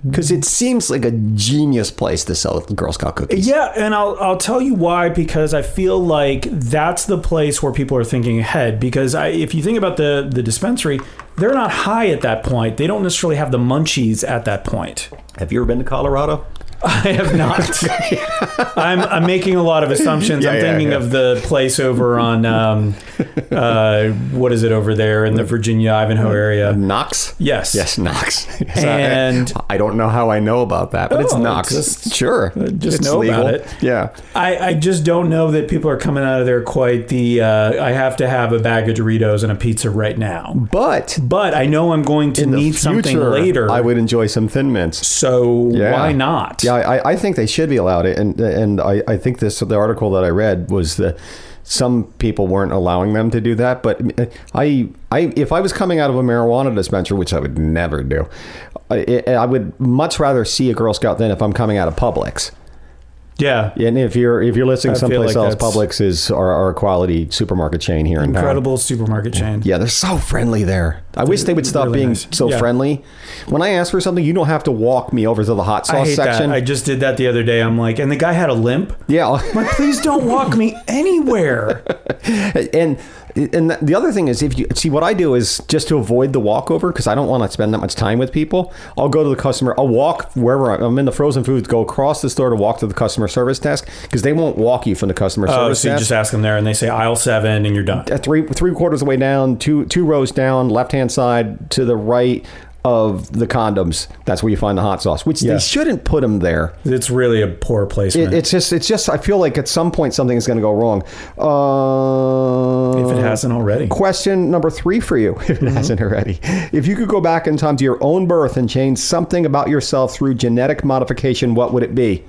Speaker 2: Because it seems like a genius place to sell Girl Scout cookies.
Speaker 4: Yeah, and I'll I'll tell you why because I feel like that's the place where people are thinking ahead because I, if you think about the the dispensary, they're not high at that point. They don't necessarily have the munchies at that point.
Speaker 2: Have you ever been to Colorado?
Speaker 4: I have not. I'm I'm making a lot of assumptions.
Speaker 2: Yeah,
Speaker 4: I'm
Speaker 2: yeah,
Speaker 4: thinking
Speaker 2: yeah.
Speaker 4: of the place over on um, uh, what is it over there in the Virginia Idaho area?
Speaker 2: Knox?
Speaker 4: Yes.
Speaker 2: Yes, Knox. Yes,
Speaker 4: And-
Speaker 2: I, I don't know how I know about that, but it's
Speaker 4: Oh,
Speaker 2: Knox.
Speaker 4: just-
Speaker 2: sure.
Speaker 4: just
Speaker 2: it's
Speaker 4: know
Speaker 2: legal.
Speaker 4: about it.
Speaker 2: Yeah.
Speaker 4: I, I just don't know that people are coming out of there quite the uh, I have to have a bag of Doritos and a pizza right now.
Speaker 2: But
Speaker 4: But I know I'm going to
Speaker 2: in the
Speaker 4: need something
Speaker 2: future,
Speaker 4: later.
Speaker 2: I would enjoy some Thin Mints.
Speaker 4: so
Speaker 2: Yeah.
Speaker 4: why not?
Speaker 2: Yeah, I, I think they should be allowed. it, And and I, I think this the article that I read was that some people weren't allowing them to do that. But uh, I I if I was coming out of a marijuana dispenser, which I would never do, I, I would much rather see a Girl Scout than if I'm coming out of Publix.
Speaker 4: Yeah.
Speaker 2: And if you're if you're listening
Speaker 4: I feel
Speaker 2: someplace
Speaker 4: like
Speaker 2: else,
Speaker 4: that's-
Speaker 2: Publix is our, our quality supermarket chain here in town.
Speaker 4: Incredible supermarket chain.
Speaker 2: Yeah, they're so friendly there. I wish they would stop
Speaker 4: really
Speaker 2: being
Speaker 4: nice.
Speaker 2: so
Speaker 4: Yeah.
Speaker 2: friendly. When I ask for something, you don't have to walk me over to the hot sauce
Speaker 4: I hate
Speaker 2: section.
Speaker 4: that. I just did that the other day. I'm like, and the guy had a limp.
Speaker 2: yeah,
Speaker 4: Like, please don't walk me anywhere.
Speaker 2: and and the other thing is if you see what I do is just to avoid the walkover because I don't want to spend that much time with people. I'll go to the customer. I'll walk wherever I'm, I'm in the frozen foods. Go across the store to walk to the customer service desk because they won't walk you from the customer
Speaker 4: Oh,
Speaker 2: service
Speaker 4: so you
Speaker 2: desk.
Speaker 4: just ask them there, and they say aisle seven, and you're done.
Speaker 2: at three three quarters of the way down, two two rows down, left hand side to the right of the condoms. That's where you find the hot sauce, which
Speaker 4: Yeah.
Speaker 2: they shouldn't put them there.
Speaker 4: It's really a poor placement.
Speaker 2: It, it's just it's just I feel like at some point something is going to go wrong. Uh,
Speaker 4: if it hasn't already.
Speaker 2: Question number three for you, if it hasn't already. If you could go back in time to your own birth and change something about yourself through genetic modification, what would it be?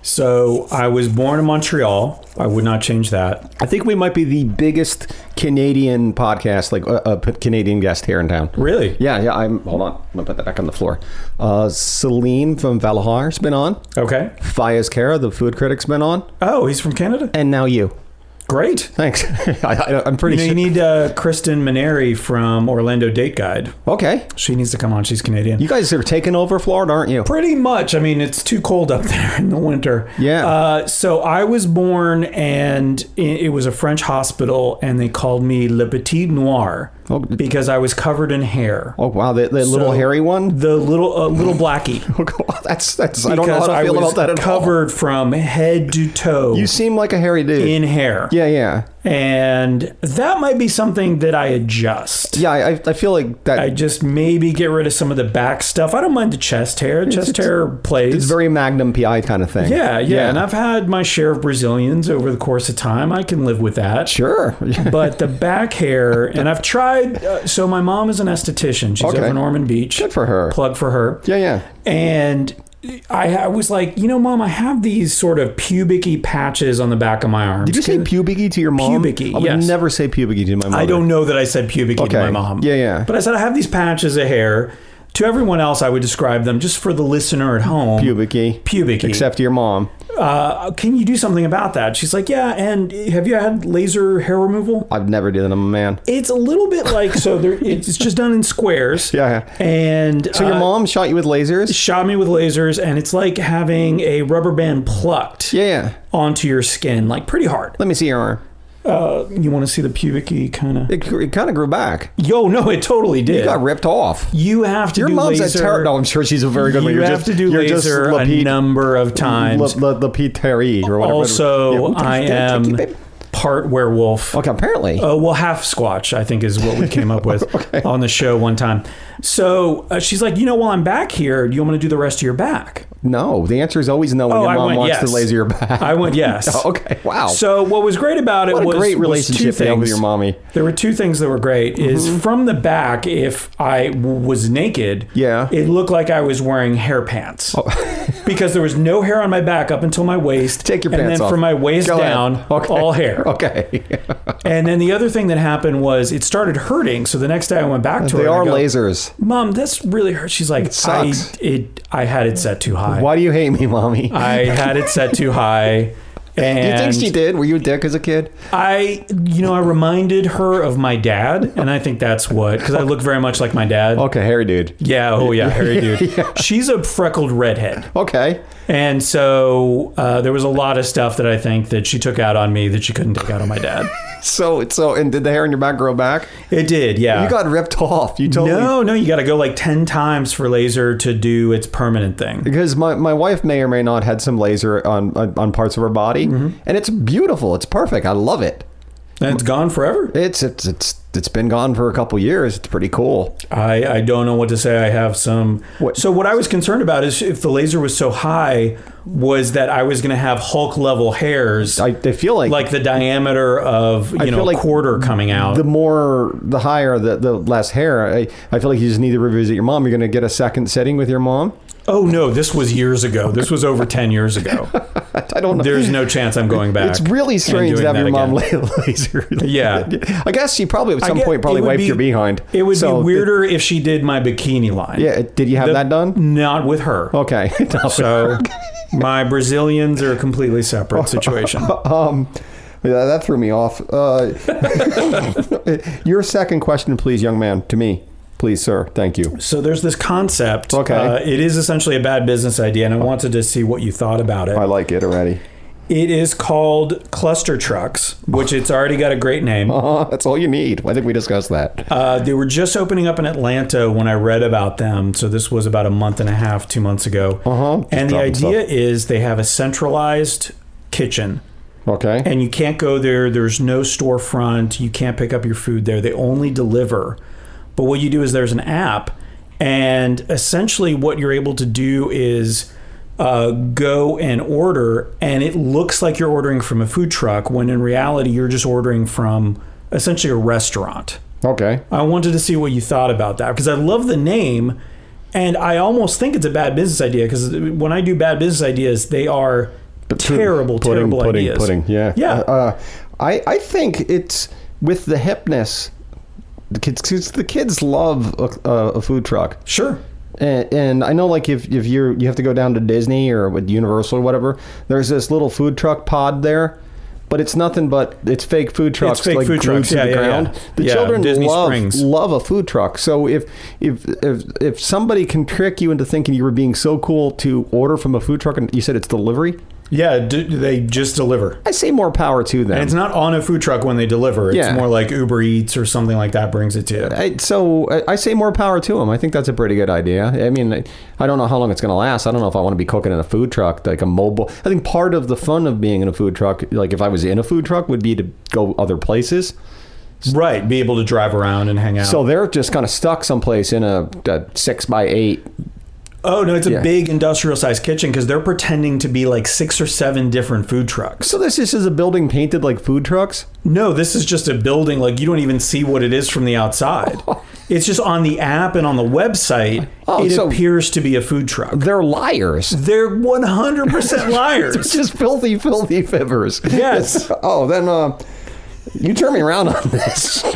Speaker 4: So I was born in Montreal. I would not change that.
Speaker 2: I think we might be the biggest Canadian podcast, like a uh, uh, Canadian guest here in town.
Speaker 4: Really?
Speaker 2: Yeah, yeah. I'm. Hold on. I'm gonna put that back on the floor. Uh, Celine from Valahar's been on.
Speaker 4: Okay.
Speaker 2: Fayez Kara, the food critic's been on,
Speaker 4: Oh, he's from Canada.
Speaker 2: and now you.
Speaker 4: Great.
Speaker 2: Thanks. I, I, I'm pretty
Speaker 4: You know, you
Speaker 2: sure.
Speaker 4: need uh, Kristen Maneri from Orlando Date Guide.
Speaker 2: okay,
Speaker 4: She needs to come on. She's Canadian.
Speaker 2: you guys are taking over Florida, aren't you?
Speaker 4: Pretty much. I mean, it's too cold up there in the winter.
Speaker 2: Yeah.
Speaker 4: Uh, so I was born, and i- it was a French hospital, and they called me Le Petit Noir.
Speaker 2: Oh,
Speaker 4: because I was covered in hair.
Speaker 2: oh wow, that, that little
Speaker 4: So-
Speaker 2: hairy one.
Speaker 4: The little uh, little blackie.
Speaker 2: Oh, God, that's that's. I don't know how
Speaker 4: Because
Speaker 2: to feel
Speaker 4: was
Speaker 2: about that at all.
Speaker 4: covered from head to toe
Speaker 2: You seem like a hairy dude.
Speaker 4: in hair.
Speaker 2: yeah, yeah,
Speaker 4: And that might be something that I adjust.
Speaker 2: yeah. I, I feel like that.
Speaker 4: I just maybe get rid of some of the back stuff. I don't mind the chest hair. Chest
Speaker 2: it's-
Speaker 4: hair plays.
Speaker 2: it's very Magnum PI kind of thing.
Speaker 4: yeah, yeah, And I've had my share of Brazilians over the course of time. I can live with that.
Speaker 2: sure.
Speaker 4: But the back hair, and I've tried. Uh, so my mom is an esthetician. She's
Speaker 2: Okay.
Speaker 4: over in Ormond Beach.
Speaker 2: Good for her.
Speaker 4: Plug for her.
Speaker 2: yeah, yeah.
Speaker 4: And I, I was like, you know, mom, I have these sort of pubic patches on the back of my arms.
Speaker 2: Did you say pubicy to your mom?
Speaker 4: Pubicy,
Speaker 2: I would
Speaker 4: yes.
Speaker 2: never say pubicy to my mother.
Speaker 4: I don't know that I said pubic to
Speaker 2: Okay.
Speaker 4: my mom.
Speaker 2: Yeah, yeah.
Speaker 4: But I said I have these patches of hair. To everyone else, I would describe them just for the listener at home.
Speaker 2: pubicy.
Speaker 4: Pubic.
Speaker 2: Except your mom.
Speaker 4: uh, can you do something about that? She's like, yeah. And have you had laser hair removal?
Speaker 2: I've never did it. I'm a man.
Speaker 4: It's a little bit like so. There, it's just done in squares.
Speaker 2: Yeah.
Speaker 4: And
Speaker 2: So your
Speaker 4: uh,
Speaker 2: mom shot you with lasers?
Speaker 4: shot me with lasers, and it's like having a rubber band plucked
Speaker 2: Yeah, yeah.
Speaker 4: onto your skin, like pretty hard.
Speaker 2: Let me see your arm.
Speaker 4: Uh, you want to see the pubic kind of?
Speaker 2: It, gr- it kind of grew back.
Speaker 4: Yo, no, it totally did.
Speaker 2: It got ripped off.
Speaker 4: You have to
Speaker 2: Your
Speaker 4: do
Speaker 2: mom's
Speaker 4: laser.
Speaker 2: a terror. No, I'm sure she's a very good one.
Speaker 4: you
Speaker 2: You're
Speaker 4: have
Speaker 2: just,
Speaker 4: to do
Speaker 2: you're
Speaker 4: laser
Speaker 2: just
Speaker 4: a
Speaker 2: Lapid-
Speaker 4: number of times.
Speaker 2: La, la, Lapid Terry or whatever.
Speaker 4: also,
Speaker 2: Yeah,
Speaker 4: I am part werewolf.
Speaker 2: Okay, apparently.
Speaker 4: Uh, well, half Squatch, I think, is what we came up with on the show one time. So uh, she's like, you know, while I'm back here, do you want me to do the rest of your back?
Speaker 2: no, the answer is always no when
Speaker 4: Oh,
Speaker 2: your
Speaker 4: I
Speaker 2: mom
Speaker 4: went
Speaker 2: wants to
Speaker 4: yes.
Speaker 2: laser your back.
Speaker 4: I went, yes.
Speaker 2: okay, wow.
Speaker 4: So what was great about it
Speaker 2: what a
Speaker 4: was
Speaker 2: great
Speaker 4: was two
Speaker 2: relationship you have with
Speaker 4: things.
Speaker 2: your mommy.
Speaker 4: There were two things that were great.
Speaker 2: Mm-hmm.
Speaker 4: Is from the back, if I w- was naked,
Speaker 2: Yeah. Oh.
Speaker 4: it looked like I was wearing hair pants because there was no hair on my back up until my waist.
Speaker 2: Take your
Speaker 4: and
Speaker 2: pants
Speaker 4: then
Speaker 2: off.
Speaker 4: from my waist
Speaker 2: Go ahead.
Speaker 4: down,
Speaker 2: Okay.
Speaker 4: all hair.
Speaker 2: Okay.
Speaker 4: And then the other thing that happened was it started hurting. So the next day I went back to her.
Speaker 2: they
Speaker 4: and I
Speaker 2: are
Speaker 4: go,
Speaker 2: lasers.
Speaker 4: Mom, that's really hurt. She's like, I
Speaker 2: sucks.
Speaker 4: it I had it set too high.
Speaker 2: Why do you hate me, mommy?
Speaker 4: I had it set too high. And
Speaker 2: you think she did? Were you a dick as a kid?
Speaker 4: I, you know, I reminded her of my dad, and I think that's what because I look very much like my dad.
Speaker 2: Okay, hairy dude.
Speaker 4: Yeah, oh yeah, hairy dude. She's a freckled redhead,
Speaker 2: Okay.
Speaker 4: and so uh, there was a lot of stuff that I think that she took out on me that she couldn't take out on my dad.
Speaker 2: So so and did the hair on your back grow back?
Speaker 4: It did, yeah.
Speaker 2: You got ripped off. You totally
Speaker 4: Uh, no, no, you got to go like ten times for laser to do its permanent thing.
Speaker 2: because my, my wife may or may not had some laser on on, on parts of her body,
Speaker 4: Mm-hmm.
Speaker 2: and it's beautiful. It's perfect. I love it.
Speaker 4: And it's gone forever.
Speaker 2: It's it's it's it's been gone for a couple years. It's pretty cool.
Speaker 4: I, I don't know what to say. I have some.
Speaker 2: What-
Speaker 4: So what I was concerned about is if the laser was so high, was that I was going to have Hulk level hairs,
Speaker 2: I, I feel like
Speaker 4: like the diameter of you know
Speaker 2: feel
Speaker 4: a
Speaker 2: like
Speaker 4: quarter coming out.
Speaker 2: the more the higher the, the less hair. I, I feel like you just need to revisit your mom. You're gonna get a second setting with your mom.
Speaker 4: oh no, this was years ago. This was over ten years ago.
Speaker 2: I don't know.
Speaker 4: There's no chance I'm going back.
Speaker 2: it's really
Speaker 4: and
Speaker 2: strange
Speaker 4: doing
Speaker 2: to have
Speaker 4: that
Speaker 2: your mom
Speaker 4: again.
Speaker 2: lay a laser.
Speaker 4: Yeah.
Speaker 2: I guess she probably at
Speaker 4: I
Speaker 2: some
Speaker 4: get-
Speaker 2: point
Speaker 4: it
Speaker 2: probably
Speaker 4: would
Speaker 2: wiped
Speaker 4: be-
Speaker 2: your behind.
Speaker 4: It would
Speaker 2: So,
Speaker 4: be weirder if she did my bikini line.
Speaker 2: Yeah, did you have
Speaker 4: The-
Speaker 2: that done? Oh,
Speaker 4: Not with her.
Speaker 2: Okay.
Speaker 4: So my Brazilians are a completely separate situation.
Speaker 2: Um, yeah, that threw me off. Uh, your second question, please, young man, to me, please, sir. Thank you.
Speaker 4: So there's this concept.
Speaker 2: Okay.
Speaker 4: Uh, it is essentially a bad business idea, and I wanted to see what you thought about it.
Speaker 2: I like it already.
Speaker 4: It is called cluster trucks, which it's already got a great name.
Speaker 2: Uh, that's all you need. I think we discussed that.
Speaker 4: Uh, they were just opening up in Atlanta when I read about them. So this was about a month and a half, two months ago.
Speaker 2: Uh-huh.
Speaker 4: And the
Speaker 2: Just dropping
Speaker 4: idea is they have a centralized kitchen,
Speaker 2: Okay.
Speaker 4: and you can't go there. There's no storefront. You can't pick up your food there. They only deliver. But what you do is there's an app, and essentially what you're able to do is uh, go and order, and it looks like you're ordering from a food truck when in reality you're just ordering from essentially a restaurant.
Speaker 2: Okay.
Speaker 4: I wanted to see what you thought about that because I love the name, and I almost think it's a bad business idea because when I do bad business ideas, they are terrible,
Speaker 2: pudding,
Speaker 4: terrible
Speaker 2: pudding,
Speaker 4: ideas.
Speaker 2: Pudding. Yeah.
Speaker 4: Yeah.
Speaker 2: Uh, uh, I I think it's with the hipness. The kids, 'cause the kids love a, a, a food truck.
Speaker 4: Sure.
Speaker 2: And, and I know, like, if, if you're you have to go down to Disney or with Universal or whatever, there's this little food truck pod there, but it's nothing but it's fake food trucks,
Speaker 4: fake
Speaker 2: like
Speaker 4: food
Speaker 2: glued
Speaker 4: trucks.
Speaker 2: to
Speaker 4: Yeah,
Speaker 2: the
Speaker 4: yeah, yeah.
Speaker 2: ground. The
Speaker 4: Yeah,
Speaker 2: children
Speaker 4: Disney
Speaker 2: love
Speaker 4: Springs.
Speaker 2: love a food truck. So if if if if somebody can trick you into thinking you were being so cool to order from a food truck, and you said it's delivery,
Speaker 4: Yeah, d- they just deliver.
Speaker 2: I say more power to them.
Speaker 4: And it's not on a food truck when they deliver. It's
Speaker 2: Yeah.
Speaker 4: more like Uber Eats or something like that brings it to you.
Speaker 2: I, so I- I say more power to them. I think that's a pretty good idea. I mean, I, I don't know how long it's going to last. I don't know if I want to be cooking in a food truck, like a mobile. I think part of the fun of being in a food truck, like if I was in a food truck, would be to go other places.
Speaker 4: Right, be able to drive around and hang out.
Speaker 2: So they're just kind of stuck someplace in a, a six by eight.
Speaker 4: oh no, it's a
Speaker 2: Yeah.
Speaker 4: big industrial sized kitchen because they're pretending to be like six or seven different food trucks.
Speaker 2: So this is just a building painted like food trucks.
Speaker 4: No, this is just a building. Like you don't even see what it is from the outside. It's just on the app and on the website.
Speaker 2: Oh,
Speaker 4: it
Speaker 2: so-
Speaker 4: appears to be a food truck.
Speaker 2: They're liars.
Speaker 4: They're one hundred percent
Speaker 2: It's
Speaker 4: liars.
Speaker 2: just filthy, filthy fibbers.
Speaker 4: Yes.
Speaker 2: It's- oh, then uh, you turn me around on this.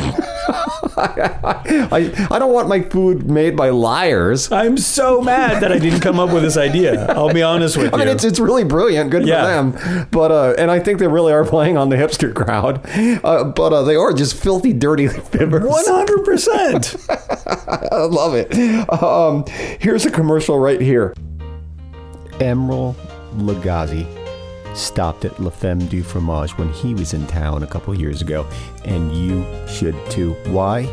Speaker 2: I, I don't want my food made by liars.
Speaker 4: I'm so mad that I didn't come up with this idea. I'll be honest with
Speaker 2: I
Speaker 4: you.
Speaker 2: mean, it's, it's really brilliant. Good
Speaker 4: Yeah.
Speaker 2: for them. But uh, and I think they really are playing on the hipster crowd. Uh, but uh, they are just filthy, dirty fibbers.
Speaker 4: one hundred percent.
Speaker 2: I love it. Um, here's a commercial right here. Emeril Lagazi stopped at La Femme du Fromage when he was in town a couple years ago, and you should too. Why?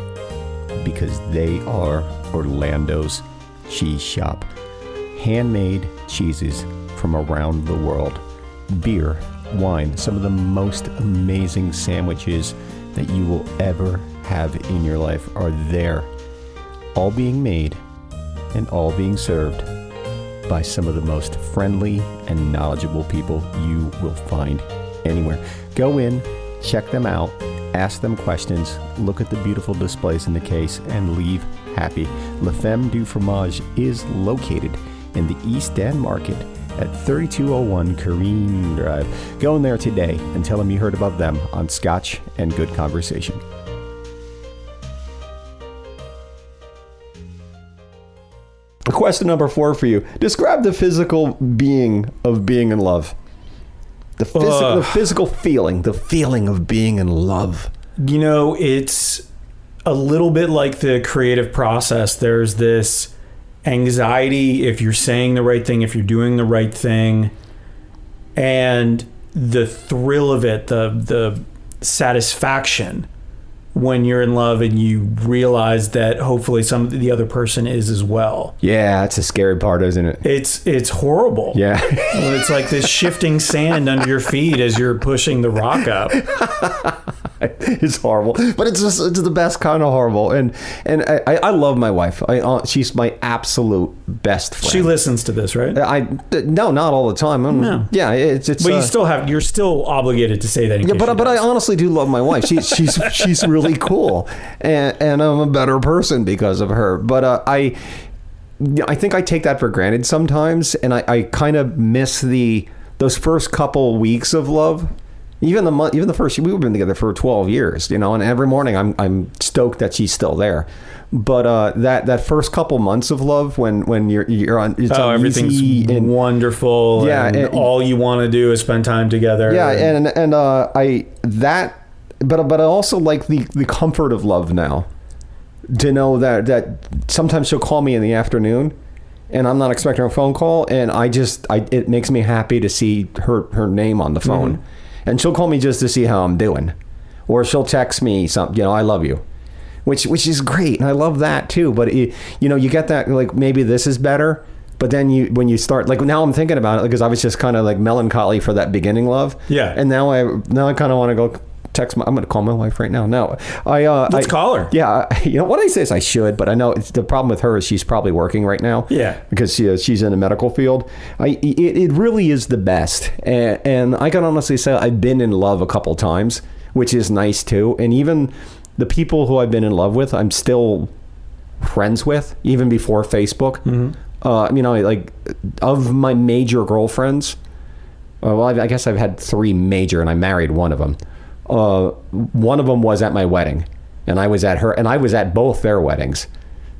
Speaker 2: Because they are Orlando's cheese shop. Handmade cheeses from around the world, beer, wine, some of the most amazing sandwiches that you will ever have in your life are there all being made and all being served by some of the most friendly and knowledgeable people you will find anywhere. Go in, check them out, ask them questions, look at the beautiful displays in the case, and leave happy. La Femme du Fromage is located in the East End Market at 3201 Kareen Drive. Go in there today and tell them you heard above them on Scotch and Good Conversation. Question number four for you: Describe the physical being of being in love. The, phys-
Speaker 4: Ugh.
Speaker 2: the physical feeling, the feeling of being in love.
Speaker 4: You know, it's a little bit like the creative process. There's this anxiety if you're saying the right thing, if you're doing the right thing, and the thrill of it, the the satisfaction when you're in love and you realize that hopefully some the other person is as well.
Speaker 2: Yeah, that's a scary part, isn't it?
Speaker 4: It's it's horrible.
Speaker 2: Yeah,
Speaker 4: It's like this shifting sand under your feet as you're pushing the rock up.
Speaker 2: it's horrible, but it's just it's the best kind of horrible. And and I, I I love my wife. I uh, she's my absolute best friend.
Speaker 4: She listens to this, right?
Speaker 2: I no, not all the time. I'm,
Speaker 4: No.
Speaker 2: Yeah, it's it's.
Speaker 4: But
Speaker 2: uh,
Speaker 4: you still have you're still obligated to say that. In
Speaker 2: Yeah,
Speaker 4: case
Speaker 2: but
Speaker 4: she
Speaker 2: but I
Speaker 4: does.
Speaker 2: honestly do love my wife. She's she's she's really cool, and and I'm a better person because of her. But uh, I I think I take that for granted sometimes, and I, I kind of miss the those first couple weeks of love. Even the month, even the first we've been together for 12 years, you know, and every morning I'm I'm stoked that she's still there. But uh, that that first couple months of love, when when you're you're on, it's
Speaker 4: oh, everything's
Speaker 2: uneasy and-
Speaker 4: wonderful.
Speaker 2: Yeah,
Speaker 4: and
Speaker 2: and-
Speaker 4: all you want to do is spend time together.
Speaker 2: Yeah, and and uh, I that, but but I also like the the comfort of love now, to know that that sometimes she'll call me in the afternoon, and I'm not expecting a phone call, and I just I it makes me happy to see her her name on the
Speaker 4: Mm-hmm.
Speaker 2: phone, and she'll call me just to see how I'm doing, or she'll text me something you know I love you. Which, which is great, and I love that too. But it, you know, you get that like maybe this is better, but then you when you start like now I'm thinking about it because I was just kind of like melancholy for that beginning love.
Speaker 4: Yeah.
Speaker 2: And now I now I kind of want to go text my. I'm going to call my wife right now. No, I uh,
Speaker 4: Let's
Speaker 2: I-
Speaker 4: call her.
Speaker 2: Yeah, I- you know what I say is I should, but I know it's, the problem with her is she's probably working right now.
Speaker 4: Yeah.
Speaker 2: because she is, she's in the medical field. I it, it really is the best, and, and I can honestly say I've been in love a couple times, which is nice too. And even the people who I've been in love with, I'm still friends with even before Facebook. Uh, you know, like of my major girlfriends. Uh, well, I, I guess I've had three major, and I married one of them. Uh, one of them was at my wedding, and I was at her, and I was at both their weddings.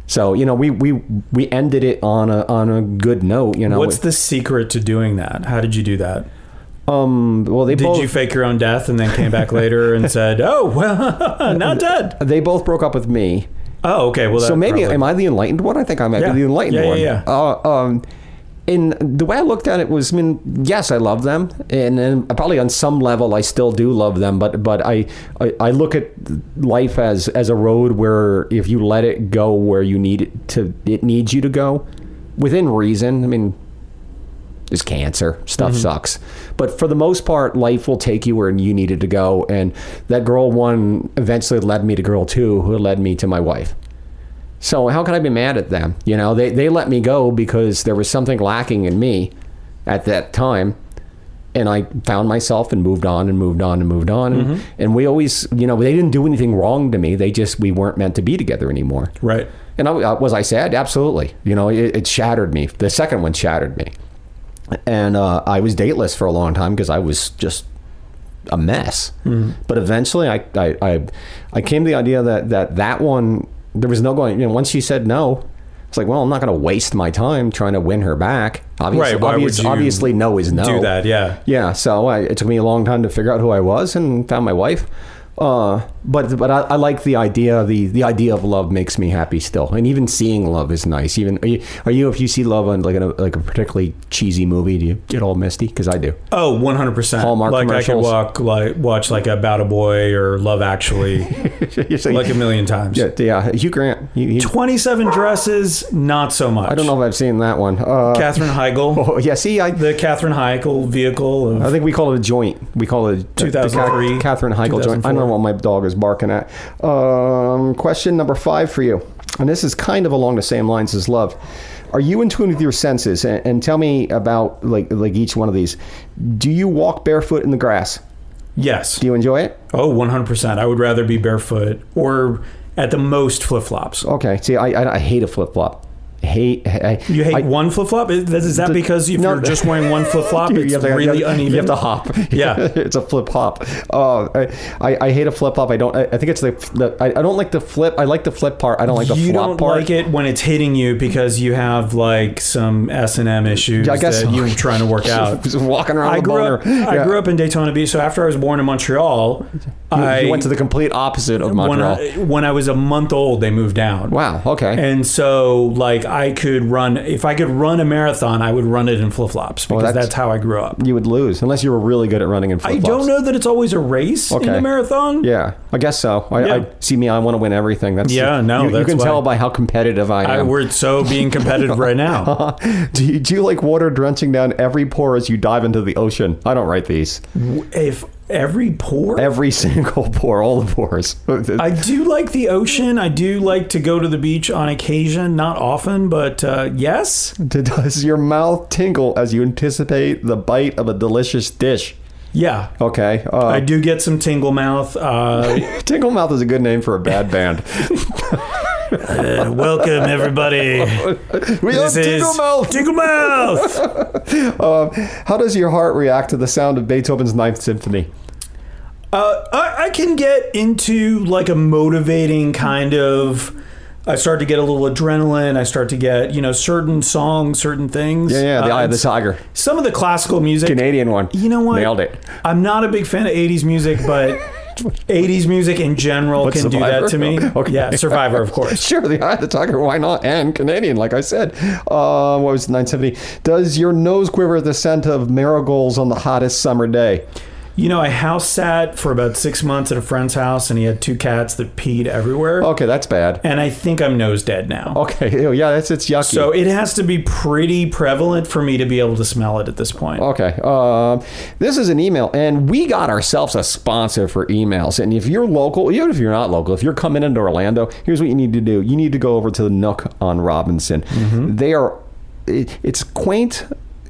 Speaker 2: So you know, we we we ended it on a on a good note. You know,
Speaker 4: What's the secret to doing that? How did you do that?
Speaker 2: um, well, they
Speaker 4: Did
Speaker 2: both
Speaker 4: you fake your own death and then came back later and said, "Oh, well, not dead."
Speaker 2: they both broke up with me.
Speaker 4: Oh, okay. Well, that
Speaker 2: so maybe
Speaker 4: probably-
Speaker 2: am I the enlightened one? I think I might
Speaker 4: Yeah.
Speaker 2: be the enlightened
Speaker 4: Yeah, yeah,
Speaker 2: one.
Speaker 4: yeah.
Speaker 2: Uh, um, and the way I looked at it was, I mean, yes, I love them, and then probably on some level I still do love them, but but I, I I look at life as as a road where if you let it go where you need it to, it needs you to go, within reason. I mean, is cancer. Stuff
Speaker 4: Mm-hmm.
Speaker 2: sucks. But for the most part, life will take you where you needed to go. And that girl one eventually led me to girl two, who led me to my wife. So how can I be mad at them? You know, they, they let me go because there was something lacking in me at that time. And I found myself and moved on and moved on and moved on. And, and we always, you know, they didn't do anything wrong to me. They just, we weren't meant to be together anymore.
Speaker 4: Right.
Speaker 2: And I, uh, was I sad? Absolutely. You know, it, it shattered me. The second one shattered me, and uh, I was dateless for a long time because I was just a mess.
Speaker 4: Mm-hmm.
Speaker 2: But eventually, I, I I I came to the idea that that that one there was no going. You know, once she said no. It's like, well, I'm not going to waste my time trying to win her back. Obviously,
Speaker 4: Right, why would
Speaker 2: obvious-
Speaker 4: you
Speaker 2: obviously, no is no.
Speaker 4: Do that. Yeah.
Speaker 2: Yeah, so I, it took me a long time to figure out who I was and found my wife. Uh, but but I, I like the idea. The, the idea of love makes me happy still, and even seeing love is nice. Even are you, are you if you see love on like in a, like a particularly cheesy movie, do you get all misty? Because I do.
Speaker 4: Oh, 100%.
Speaker 2: Hallmark
Speaker 4: like I could
Speaker 2: commercials.
Speaker 4: walk, like, watch like About a Boy or Love Actually
Speaker 2: You're saying,
Speaker 4: like a million times.
Speaker 2: yeah, yeah, Hugh Grant. He, he-
Speaker 4: 27 dresses, not so much.
Speaker 2: I don't know if I've seen that one. Uh,
Speaker 4: Catherine Heigl.
Speaker 2: oh, yeah, see, I
Speaker 4: The Catherine Heigl vehicle of
Speaker 2: I think we call it a joint. We call it a
Speaker 4: 2003,
Speaker 2: Catherine Heigl joint. I don't know
Speaker 4: 2004.
Speaker 2: what my dog is barking at. Um, question number five for you, and this is kind of along the same lines as love. Are you in tune with your senses? And, and tell me about like like each one of these. Do you walk barefoot in the grass?
Speaker 4: Yes.
Speaker 2: Do you enjoy it?
Speaker 4: Oh, 100%. I would rather be barefoot or at the most flip flops.
Speaker 2: Okay. See, I I, I hate a flip flop. Hate. I,
Speaker 4: You hate
Speaker 2: I,
Speaker 4: one flip flop? Is is that because if
Speaker 2: no,
Speaker 4: you're just wearing one flip flop,
Speaker 2: You
Speaker 4: it's
Speaker 2: have to- you
Speaker 4: really
Speaker 2: have-
Speaker 4: uneven?
Speaker 2: You have to hop.
Speaker 4: Yeah.
Speaker 2: it's a flip hop. Oh, I, I, I hate a flip hop. I don't. I, I think it's the. the I, I don't like the flip. I like the flip part. I don't like the
Speaker 4: you
Speaker 2: flop
Speaker 4: don't
Speaker 2: part.
Speaker 4: like it when it's hitting you because you have like some S and M issues
Speaker 2: I guess
Speaker 4: that
Speaker 2: so.
Speaker 4: you're trying to work out.
Speaker 2: Just walking around
Speaker 4: I
Speaker 2: with a
Speaker 4: grew
Speaker 2: boner.
Speaker 4: up. I grew up in Daytona Beach, so after I was born in Montreal, I
Speaker 2: You went to the complete opposite of
Speaker 4: when
Speaker 2: Montreal.
Speaker 4: I, when I was a month old, they moved down.
Speaker 2: wow. Okay.
Speaker 4: And so, like, I could run if I could run a marathon, I would run it in flip flops because
Speaker 2: Oh, that's-
Speaker 4: that's, how I grew up.
Speaker 2: you would lose unless you were really good at running in flip
Speaker 4: I don't know that it's always a race in
Speaker 2: Okay.
Speaker 4: a marathon.
Speaker 2: Yeah, I guess so. I,
Speaker 4: Yeah.
Speaker 2: I see me. I want to win everything. That's
Speaker 4: Yeah, no,
Speaker 2: You, you
Speaker 4: that's
Speaker 2: can
Speaker 4: why.
Speaker 2: tell by how competitive I
Speaker 4: I,
Speaker 2: am.
Speaker 4: we're so being competitive right now.
Speaker 2: do, you, do you like water drenching down every pore as you dive into the ocean? I don't write these.
Speaker 4: If every pore,
Speaker 2: Every single pore, all the pores.
Speaker 4: I do like the ocean. I do like to go to the beach on occasion, not often, but uh, yes,
Speaker 2: Does your mouth tingle as you anticipate the bite of a delicious dish?
Speaker 4: yeah.
Speaker 2: Okay. Uh,
Speaker 4: I do get some tingle mouth. Uh,
Speaker 2: Tingle Mouth is a good name for a bad band.
Speaker 4: welcome everybody.
Speaker 2: we love Tingle Mouth.
Speaker 4: Tingle mouth.
Speaker 2: How does your heart react to the sound of Beethoven's Ninth Symphony?
Speaker 4: Uh, I, I can get into like a motivating kind of. I start to get a little adrenaline. I start to get you know certain songs, certain things.
Speaker 2: Yeah, yeah, the
Speaker 4: Uh,
Speaker 2: Eye of the
Speaker 4: it's-
Speaker 2: Tiger,
Speaker 4: Some of the classical music.
Speaker 2: Canadian one.
Speaker 4: You know what?
Speaker 2: Nailed it.
Speaker 4: I'm not a big fan of 80s music, but 80s music in general
Speaker 2: But
Speaker 4: can do that to me.
Speaker 2: Survivor? Okay.
Speaker 4: Yeah, Survivor, of course.
Speaker 2: Sure, the Eye of the Tiger. Why not? And Canadian, like I said. Uh, what was Ninth Symphony? Does your nose quiver at the scent of marigolds on the hottest summer day?
Speaker 4: You know, I house sat for about six months at a friend's house, and he had two cats that peed everywhere.
Speaker 2: Okay, that's bad.
Speaker 4: And I think I'm nose dead now.
Speaker 2: Okay, ew, yeah, that's it's yucky.
Speaker 4: So it has to be pretty prevalent for me to be able to smell it at this point.
Speaker 2: Okay. Um, this is an email, and we got ourselves a sponsor for emails. And if you're local, even if you're not local, if you're coming into Orlando, here's what you need to do you need to go over to the Nook on Robinson.
Speaker 4: Mm-hmm.
Speaker 2: They are, it, it's quaint.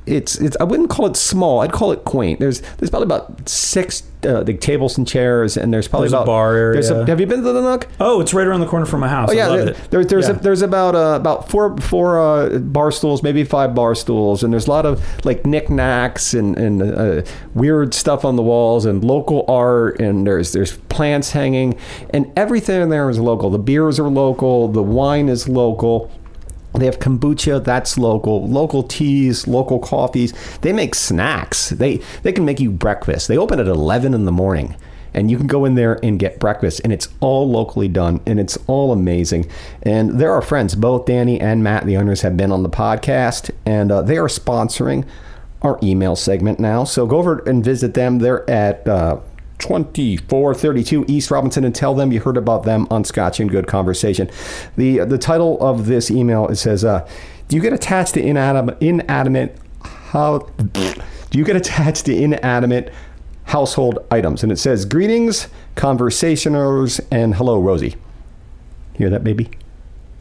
Speaker 2: It's, it's I wouldn't call it small. I'd call it quaint. There's there's probably about six uh, like tables and chairs, and there's probably
Speaker 4: There's a
Speaker 2: about
Speaker 4: bar
Speaker 2: there's a-
Speaker 4: area.
Speaker 2: have you been to the Nook?
Speaker 4: Oh, it's right around the corner from my house.
Speaker 2: Oh yeah,
Speaker 4: I love
Speaker 2: there-
Speaker 4: it.
Speaker 2: there- there's
Speaker 4: Yeah.
Speaker 2: a- there's about uh, about four four uh, bar stools, maybe five bar stools, and there's a lot of like knickknacks and and uh, weird stuff on the walls and local art, and there's there's plants hanging, and everything in there is local. The beers are local, the wine is local. They have kombucha, that's local. Local teas, local coffees. They make snacks. They they can make you breakfast. They open at eleven in the morning, and you can go in there and get breakfast and it's all locally done and it's all amazing and there are friends both danny and matt the owners have been on the podcast and uh, they are sponsoring our email segment now so go over and visit them they're at uh, 2432 East Robinson and tell them you heard about them on Scotch and Good Conversation. The the title of this email it says uh, do you get attached to inanim- inanimate how do you get attached to inanimate household items and it says greetings conversationers and hello Rosie. Hear that baby?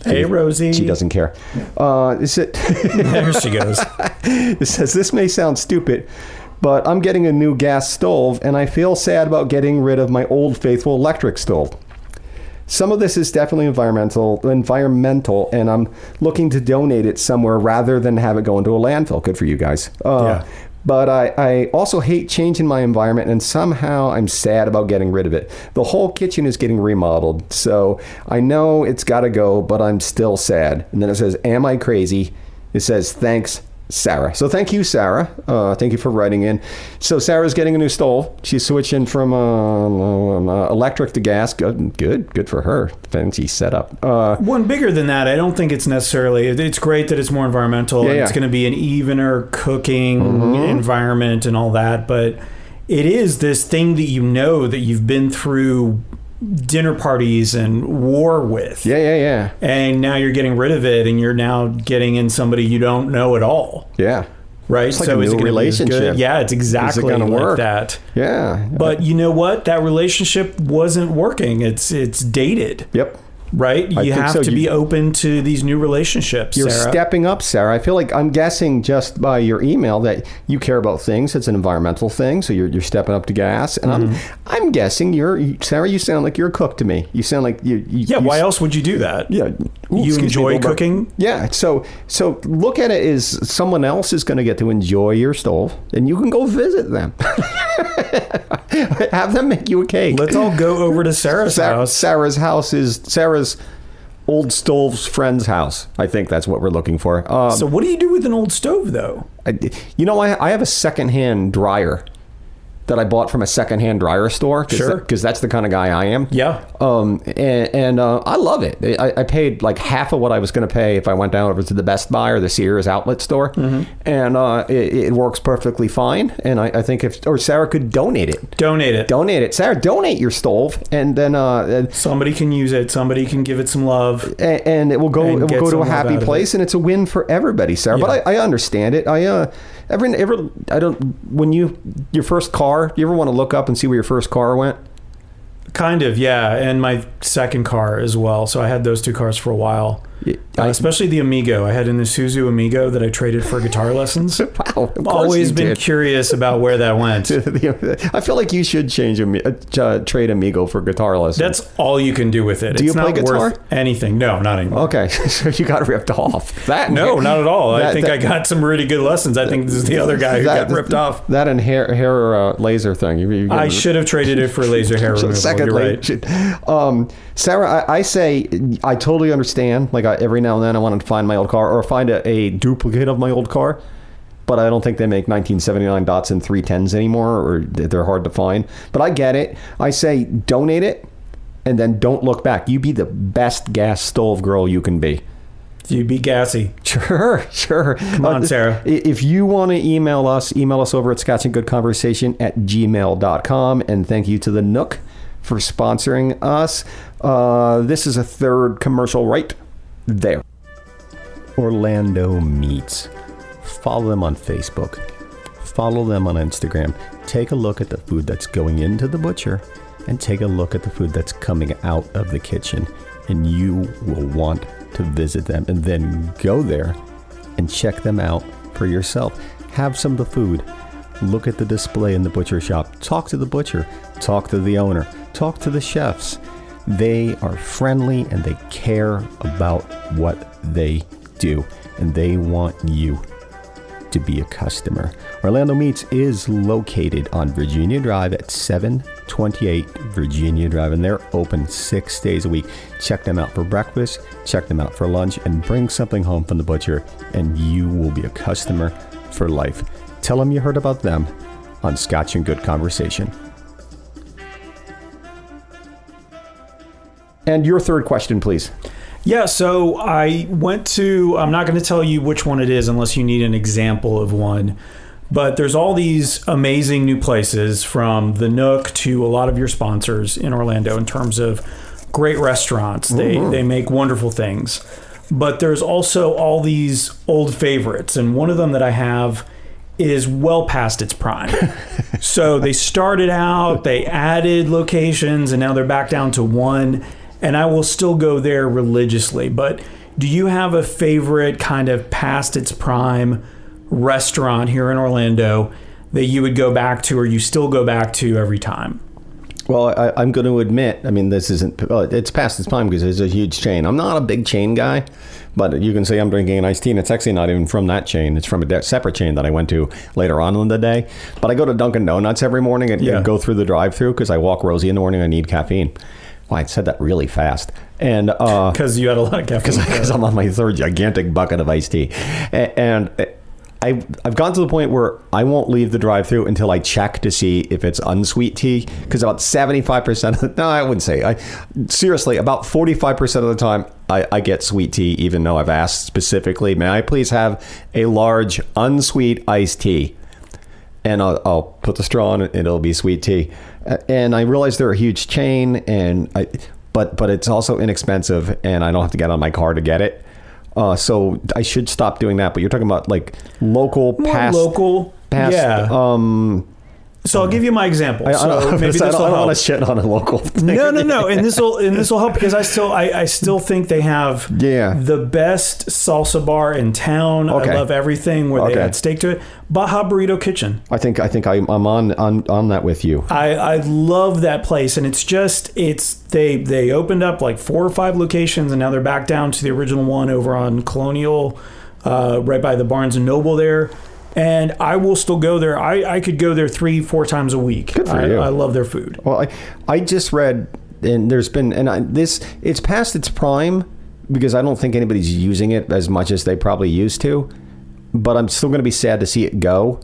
Speaker 4: Hey, Rosie.
Speaker 2: She doesn't care. Uh, is it
Speaker 4: There she goes.
Speaker 2: it says this may sound stupid but i'm getting a new gas stove and i feel sad about getting rid of my old faithful electric stove some of this is definitely environmental environmental and i'm looking to donate it somewhere rather than have it go into a landfill good for you guys uh,
Speaker 4: Yeah.
Speaker 2: but I, I also hate changing my environment and somehow i'm sad about getting rid of it the whole kitchen is getting remodeled so i know it's got to go but i'm still sad and then it says am i crazy it says thanks sarah so thank you sarah uh, thank you for writing in so sarah's getting a new stove she's switching from uh, electric to gas good good good for her fancy setup uh,
Speaker 4: One bigger than that, I don't think it's necessarily. it- It's great that it's more environmental.
Speaker 2: Yeah,
Speaker 4: and
Speaker 2: yeah. Mm-hmm.
Speaker 4: It's going to be an evener cooking environment and all that, but it is this thing that you know that you've been through dinner parties and war with,
Speaker 2: yeah yeah yeah
Speaker 4: and now you're getting rid of it, and you're now getting in somebody you don't know at all,
Speaker 2: yeah
Speaker 4: right?
Speaker 2: like a new
Speaker 4: gonna be as
Speaker 2: relationship.
Speaker 4: Good? Yeah, it's exactly
Speaker 2: gonna
Speaker 4: like
Speaker 2: work?
Speaker 4: that.
Speaker 2: yeah
Speaker 4: But you know what? That relationship wasn't working. It's it's dated
Speaker 2: yep
Speaker 4: right? You
Speaker 2: think
Speaker 4: have
Speaker 2: so.
Speaker 4: to
Speaker 2: You-
Speaker 4: be open to these new relationships.
Speaker 2: You're
Speaker 4: Sarah.
Speaker 2: stepping up, Sarah. I feel like I'm guessing just by your email that you care about things. It's an environmental thing, so you're, you're stepping up to gas. And
Speaker 4: Mm-hmm.
Speaker 2: I'm I'm guessing you're you- Sarah. You sound like you're a cook to me. You sound like you. you
Speaker 4: yeah.
Speaker 2: you,
Speaker 4: Why else would you do that?
Speaker 2: Yeah. Ooh, excuse
Speaker 4: you
Speaker 2: me,
Speaker 4: enjoy
Speaker 2: Wilbur.
Speaker 4: cooking.
Speaker 2: Yeah. So so look at it as someone else is going to get to enjoy your stove, and you can go visit them. Have them make you a cake.
Speaker 4: Let's all go over to Sarah's
Speaker 2: Sarah,
Speaker 4: house.
Speaker 2: Sarah's house is Sarah's old stove's friend's house. I think that's what we're looking for. Um,
Speaker 4: so what do you do with an old stove though?
Speaker 2: I, you know, I, I have a secondhand dryer that I bought from a secondhand dryer store. Cause
Speaker 4: Sure.
Speaker 2: Because that's the kind of guy I am.
Speaker 4: Yeah.
Speaker 2: Um, and, and uh, I love it. I, I paid like half of what I was going to pay if I went down over to the Best Buy or the Sears outlet store.
Speaker 4: Mm-hmm.
Speaker 2: And uh, it, it works perfectly fine. And I, I think if, or Sarah could donate it.
Speaker 4: Donate it.
Speaker 2: Donate it. Sarah, donate your stove. And then, uh, and-
Speaker 4: Somebody can use it. Somebody can give it some love.
Speaker 2: and, and it will go
Speaker 4: And
Speaker 2: it will
Speaker 4: get
Speaker 2: go to a
Speaker 4: some love out
Speaker 2: happy
Speaker 4: of it.
Speaker 2: place and it's a win for everybody sarah but I, I understand it i uh every ever i don't when you your first car you ever want to look up and see where your first car went
Speaker 4: Kind of, yeah. And my second car as well. So I had those two cars for a while. Uh,
Speaker 2: I-
Speaker 4: especially the Amigo. I had an Isuzu Amigo that I traded for guitar lessons.
Speaker 2: wow, of course
Speaker 4: Always
Speaker 2: you
Speaker 4: been
Speaker 2: did.
Speaker 4: curious about where that went.
Speaker 2: i feel like you should change Ami- uh, trade amigo for guitar lessons
Speaker 4: That's all you can do with it. Do
Speaker 2: you
Speaker 4: it's
Speaker 2: play
Speaker 4: not worth
Speaker 2: guitar?
Speaker 4: anything. No, not anymore.
Speaker 2: okay so you got ripped off that
Speaker 4: No, not at all. I
Speaker 2: That-
Speaker 4: think
Speaker 2: that-
Speaker 4: I got some really good lessons. I think this is the other guy who got ripped off.
Speaker 2: that and hair, hair uh, laser thing you, you
Speaker 4: I should have traded it for laser hair
Speaker 2: So
Speaker 4: removal.
Speaker 2: secondly,
Speaker 4: You're right.
Speaker 2: um, Sarah, I, I say I totally understand. Like I, every now and then, I want to find my old car or find a, a duplicate of my old car. But I don't think they make 1979 dots and 310s anymore, or th- they're hard to find. But I get it. I say donate it, and then don't look back. You be the best gas stove girl you can be.
Speaker 4: You'd be gassy.
Speaker 2: Sure, sure. Come
Speaker 4: on, Sarah.
Speaker 2: If you want to email us, email us over at scotchandgoodconversation at gmail.com. And thank you to the Nook for sponsoring us. Uh, this is a third commercial right there. Orlando Meats. Follow them on Facebook. Follow them on Instagram. Take a look at the food that's going into the butcher and take a look at the food that's coming out of the kitchen. And you will want to visit them and then go there and check them out for yourself. Have some of the food. Look at the display in the butcher shop. Talk to the butcher. Talk to the owner. Talk to the chefs. They are friendly and they care about what they do. And they want you to be a customer. Orlando Meats is located on Virginia Drive at 728 Virginia Drive, and they're open six days a week. Check them out for breakfast, check them out for lunch, and bring something home from the butcher, and you will be a customer for life. Tell them you heard about them on Scotch and Good Conversation. And your third question, please.
Speaker 4: Yeah, so I went to, I'm not going to tell you which one it is unless you need an example of one. But there's all these amazing new places from the Nook to a lot of your sponsors in Orlando in terms of great restaurants. They, they make wonderful things. But there's also all these old favorites. And one of them that I have is well past its prime. so they started out, they added locations, and now they're back down to one. And I will still go there religiously. But do you have a favorite kind of past its prime restaurant here in Orlando that you would go back to or you still go back to every time?
Speaker 2: Well, I, I'm going to admit, I mean, this isn't, well, it's past its time because it's a huge chain. I'm not a big chain guy, but you can say I'm drinking an iced tea, and it's actually not even from that chain. It's from a de- separate chain that I went to later on in the day. But I go to Dunkin' Donuts every morning and, and
Speaker 4: Yeah.
Speaker 2: go through the drive through because I walk Rosie in the morning. I need caffeine. Well, I said that really fast. And, uh,
Speaker 4: Because you had a lot of caffeine.
Speaker 2: because I'm on my third gigantic bucket of iced tea, A- and. I, I've gone to the point where I won't leave the drive-through until I check to see if it's unsweet tea because about 75% of the, no I wouldn't say I seriously about 45% of the time I, I get sweet tea even though I've asked specifically may I please have a large unsweet iced tea and I'll, I'll put the straw in it and it'll be sweet tea. Uh, And I realize they're a huge chain, and I, but but it's also inexpensive, and I don't have to get on my car to get it. Uh, so I should stop doing that. But you're talking about like local
Speaker 4: More
Speaker 2: past
Speaker 4: local.
Speaker 2: past.
Speaker 4: yeah.
Speaker 2: Um, so
Speaker 4: so I'll give you my example.
Speaker 2: I, I
Speaker 4: so
Speaker 2: don't,
Speaker 4: maybe
Speaker 2: maybe
Speaker 4: this
Speaker 2: I
Speaker 4: will
Speaker 2: don't,
Speaker 4: help.
Speaker 2: want to shit on a local. Thing.
Speaker 4: no, no, no. And this will and this will help because I still I, I still think they have
Speaker 2: Yeah.
Speaker 4: the best salsa bar in town.
Speaker 2: Okay.
Speaker 4: I love everything where
Speaker 2: Okay.
Speaker 4: they add steak to it. Baja Burrito Kitchen.
Speaker 2: I think I think I, I'm on, on on that with you.
Speaker 4: I, I love that place and it's just it's they they opened up like four or five locations and now they're back down to the original one over on Colonial uh, right by the Barnes and Noble there and I will still go there I, I could go there three four times a week
Speaker 2: Good for
Speaker 4: I,
Speaker 2: you.
Speaker 4: I love their food
Speaker 2: Well, I, I just read, and there's been, and I, this it's past its prime because I don't think anybody's using it as much as they probably used to. But I'm still going to be sad to see it go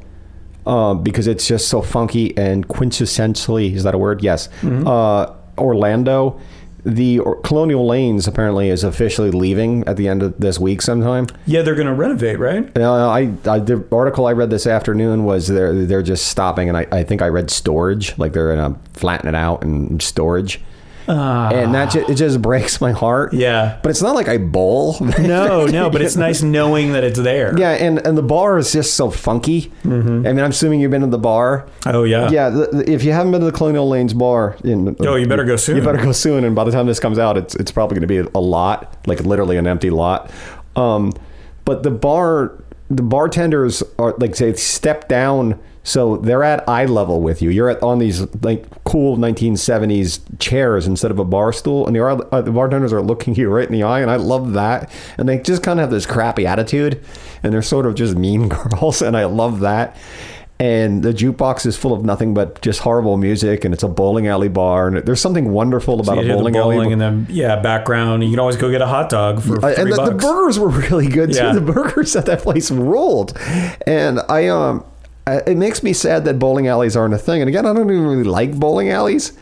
Speaker 2: uh, because it's just so funky and quintessentially is that a word? Yes. Uh, Orlando. The or- Colonial Lanes apparently is officially leaving at the end of this week sometime.
Speaker 4: yeah they're gonna renovate right
Speaker 2: Uh, I, I the article I read this afternoon was they're they're just stopping, and I, I think I read storage, like they're gonna flatten it out and storage, and that just, it just breaks my heart.
Speaker 4: Ah. yeah
Speaker 2: but it's not like I bowl.
Speaker 4: no no but it's nice knowing that it's there
Speaker 2: yeah, and and the bar is just so funky.
Speaker 4: Mm-hmm.
Speaker 2: I mean, I'm assuming you've been to the bar.
Speaker 4: oh yeah
Speaker 2: Yeah, the, the- if you haven't been to the Colonial Lanes bar, in,
Speaker 4: Yo, you better go soon.
Speaker 2: You better go soon. And by the time this comes out, it's it's probably going to be a lot, like literally an empty lot. Um, but the bar, the bartenders are like say step down, so they're at eye level with you. You're at, on these like cool 1970s chairs instead of a bar stool, and the are- uh, the bartenders are looking you right in the eye, and I love that. And they just kind of have this crappy attitude, and they're sort of just mean girls, and I love that and the jukebox is full of nothing but just horrible music and it's a bowling alley bar and there's something wonderful about
Speaker 4: You
Speaker 2: a
Speaker 4: hear the
Speaker 2: bowling,
Speaker 4: bowling
Speaker 2: alley
Speaker 4: and then yeah background you can always go get a hot dog for
Speaker 2: I- Uh,
Speaker 4: three
Speaker 2: and the, the
Speaker 4: bucks
Speaker 2: burgers were really good
Speaker 4: Yeah.
Speaker 2: too the burgers at that place ruled and i um I, it makes me sad that bowling alleys aren't a thing and again i don't even really like bowling alleys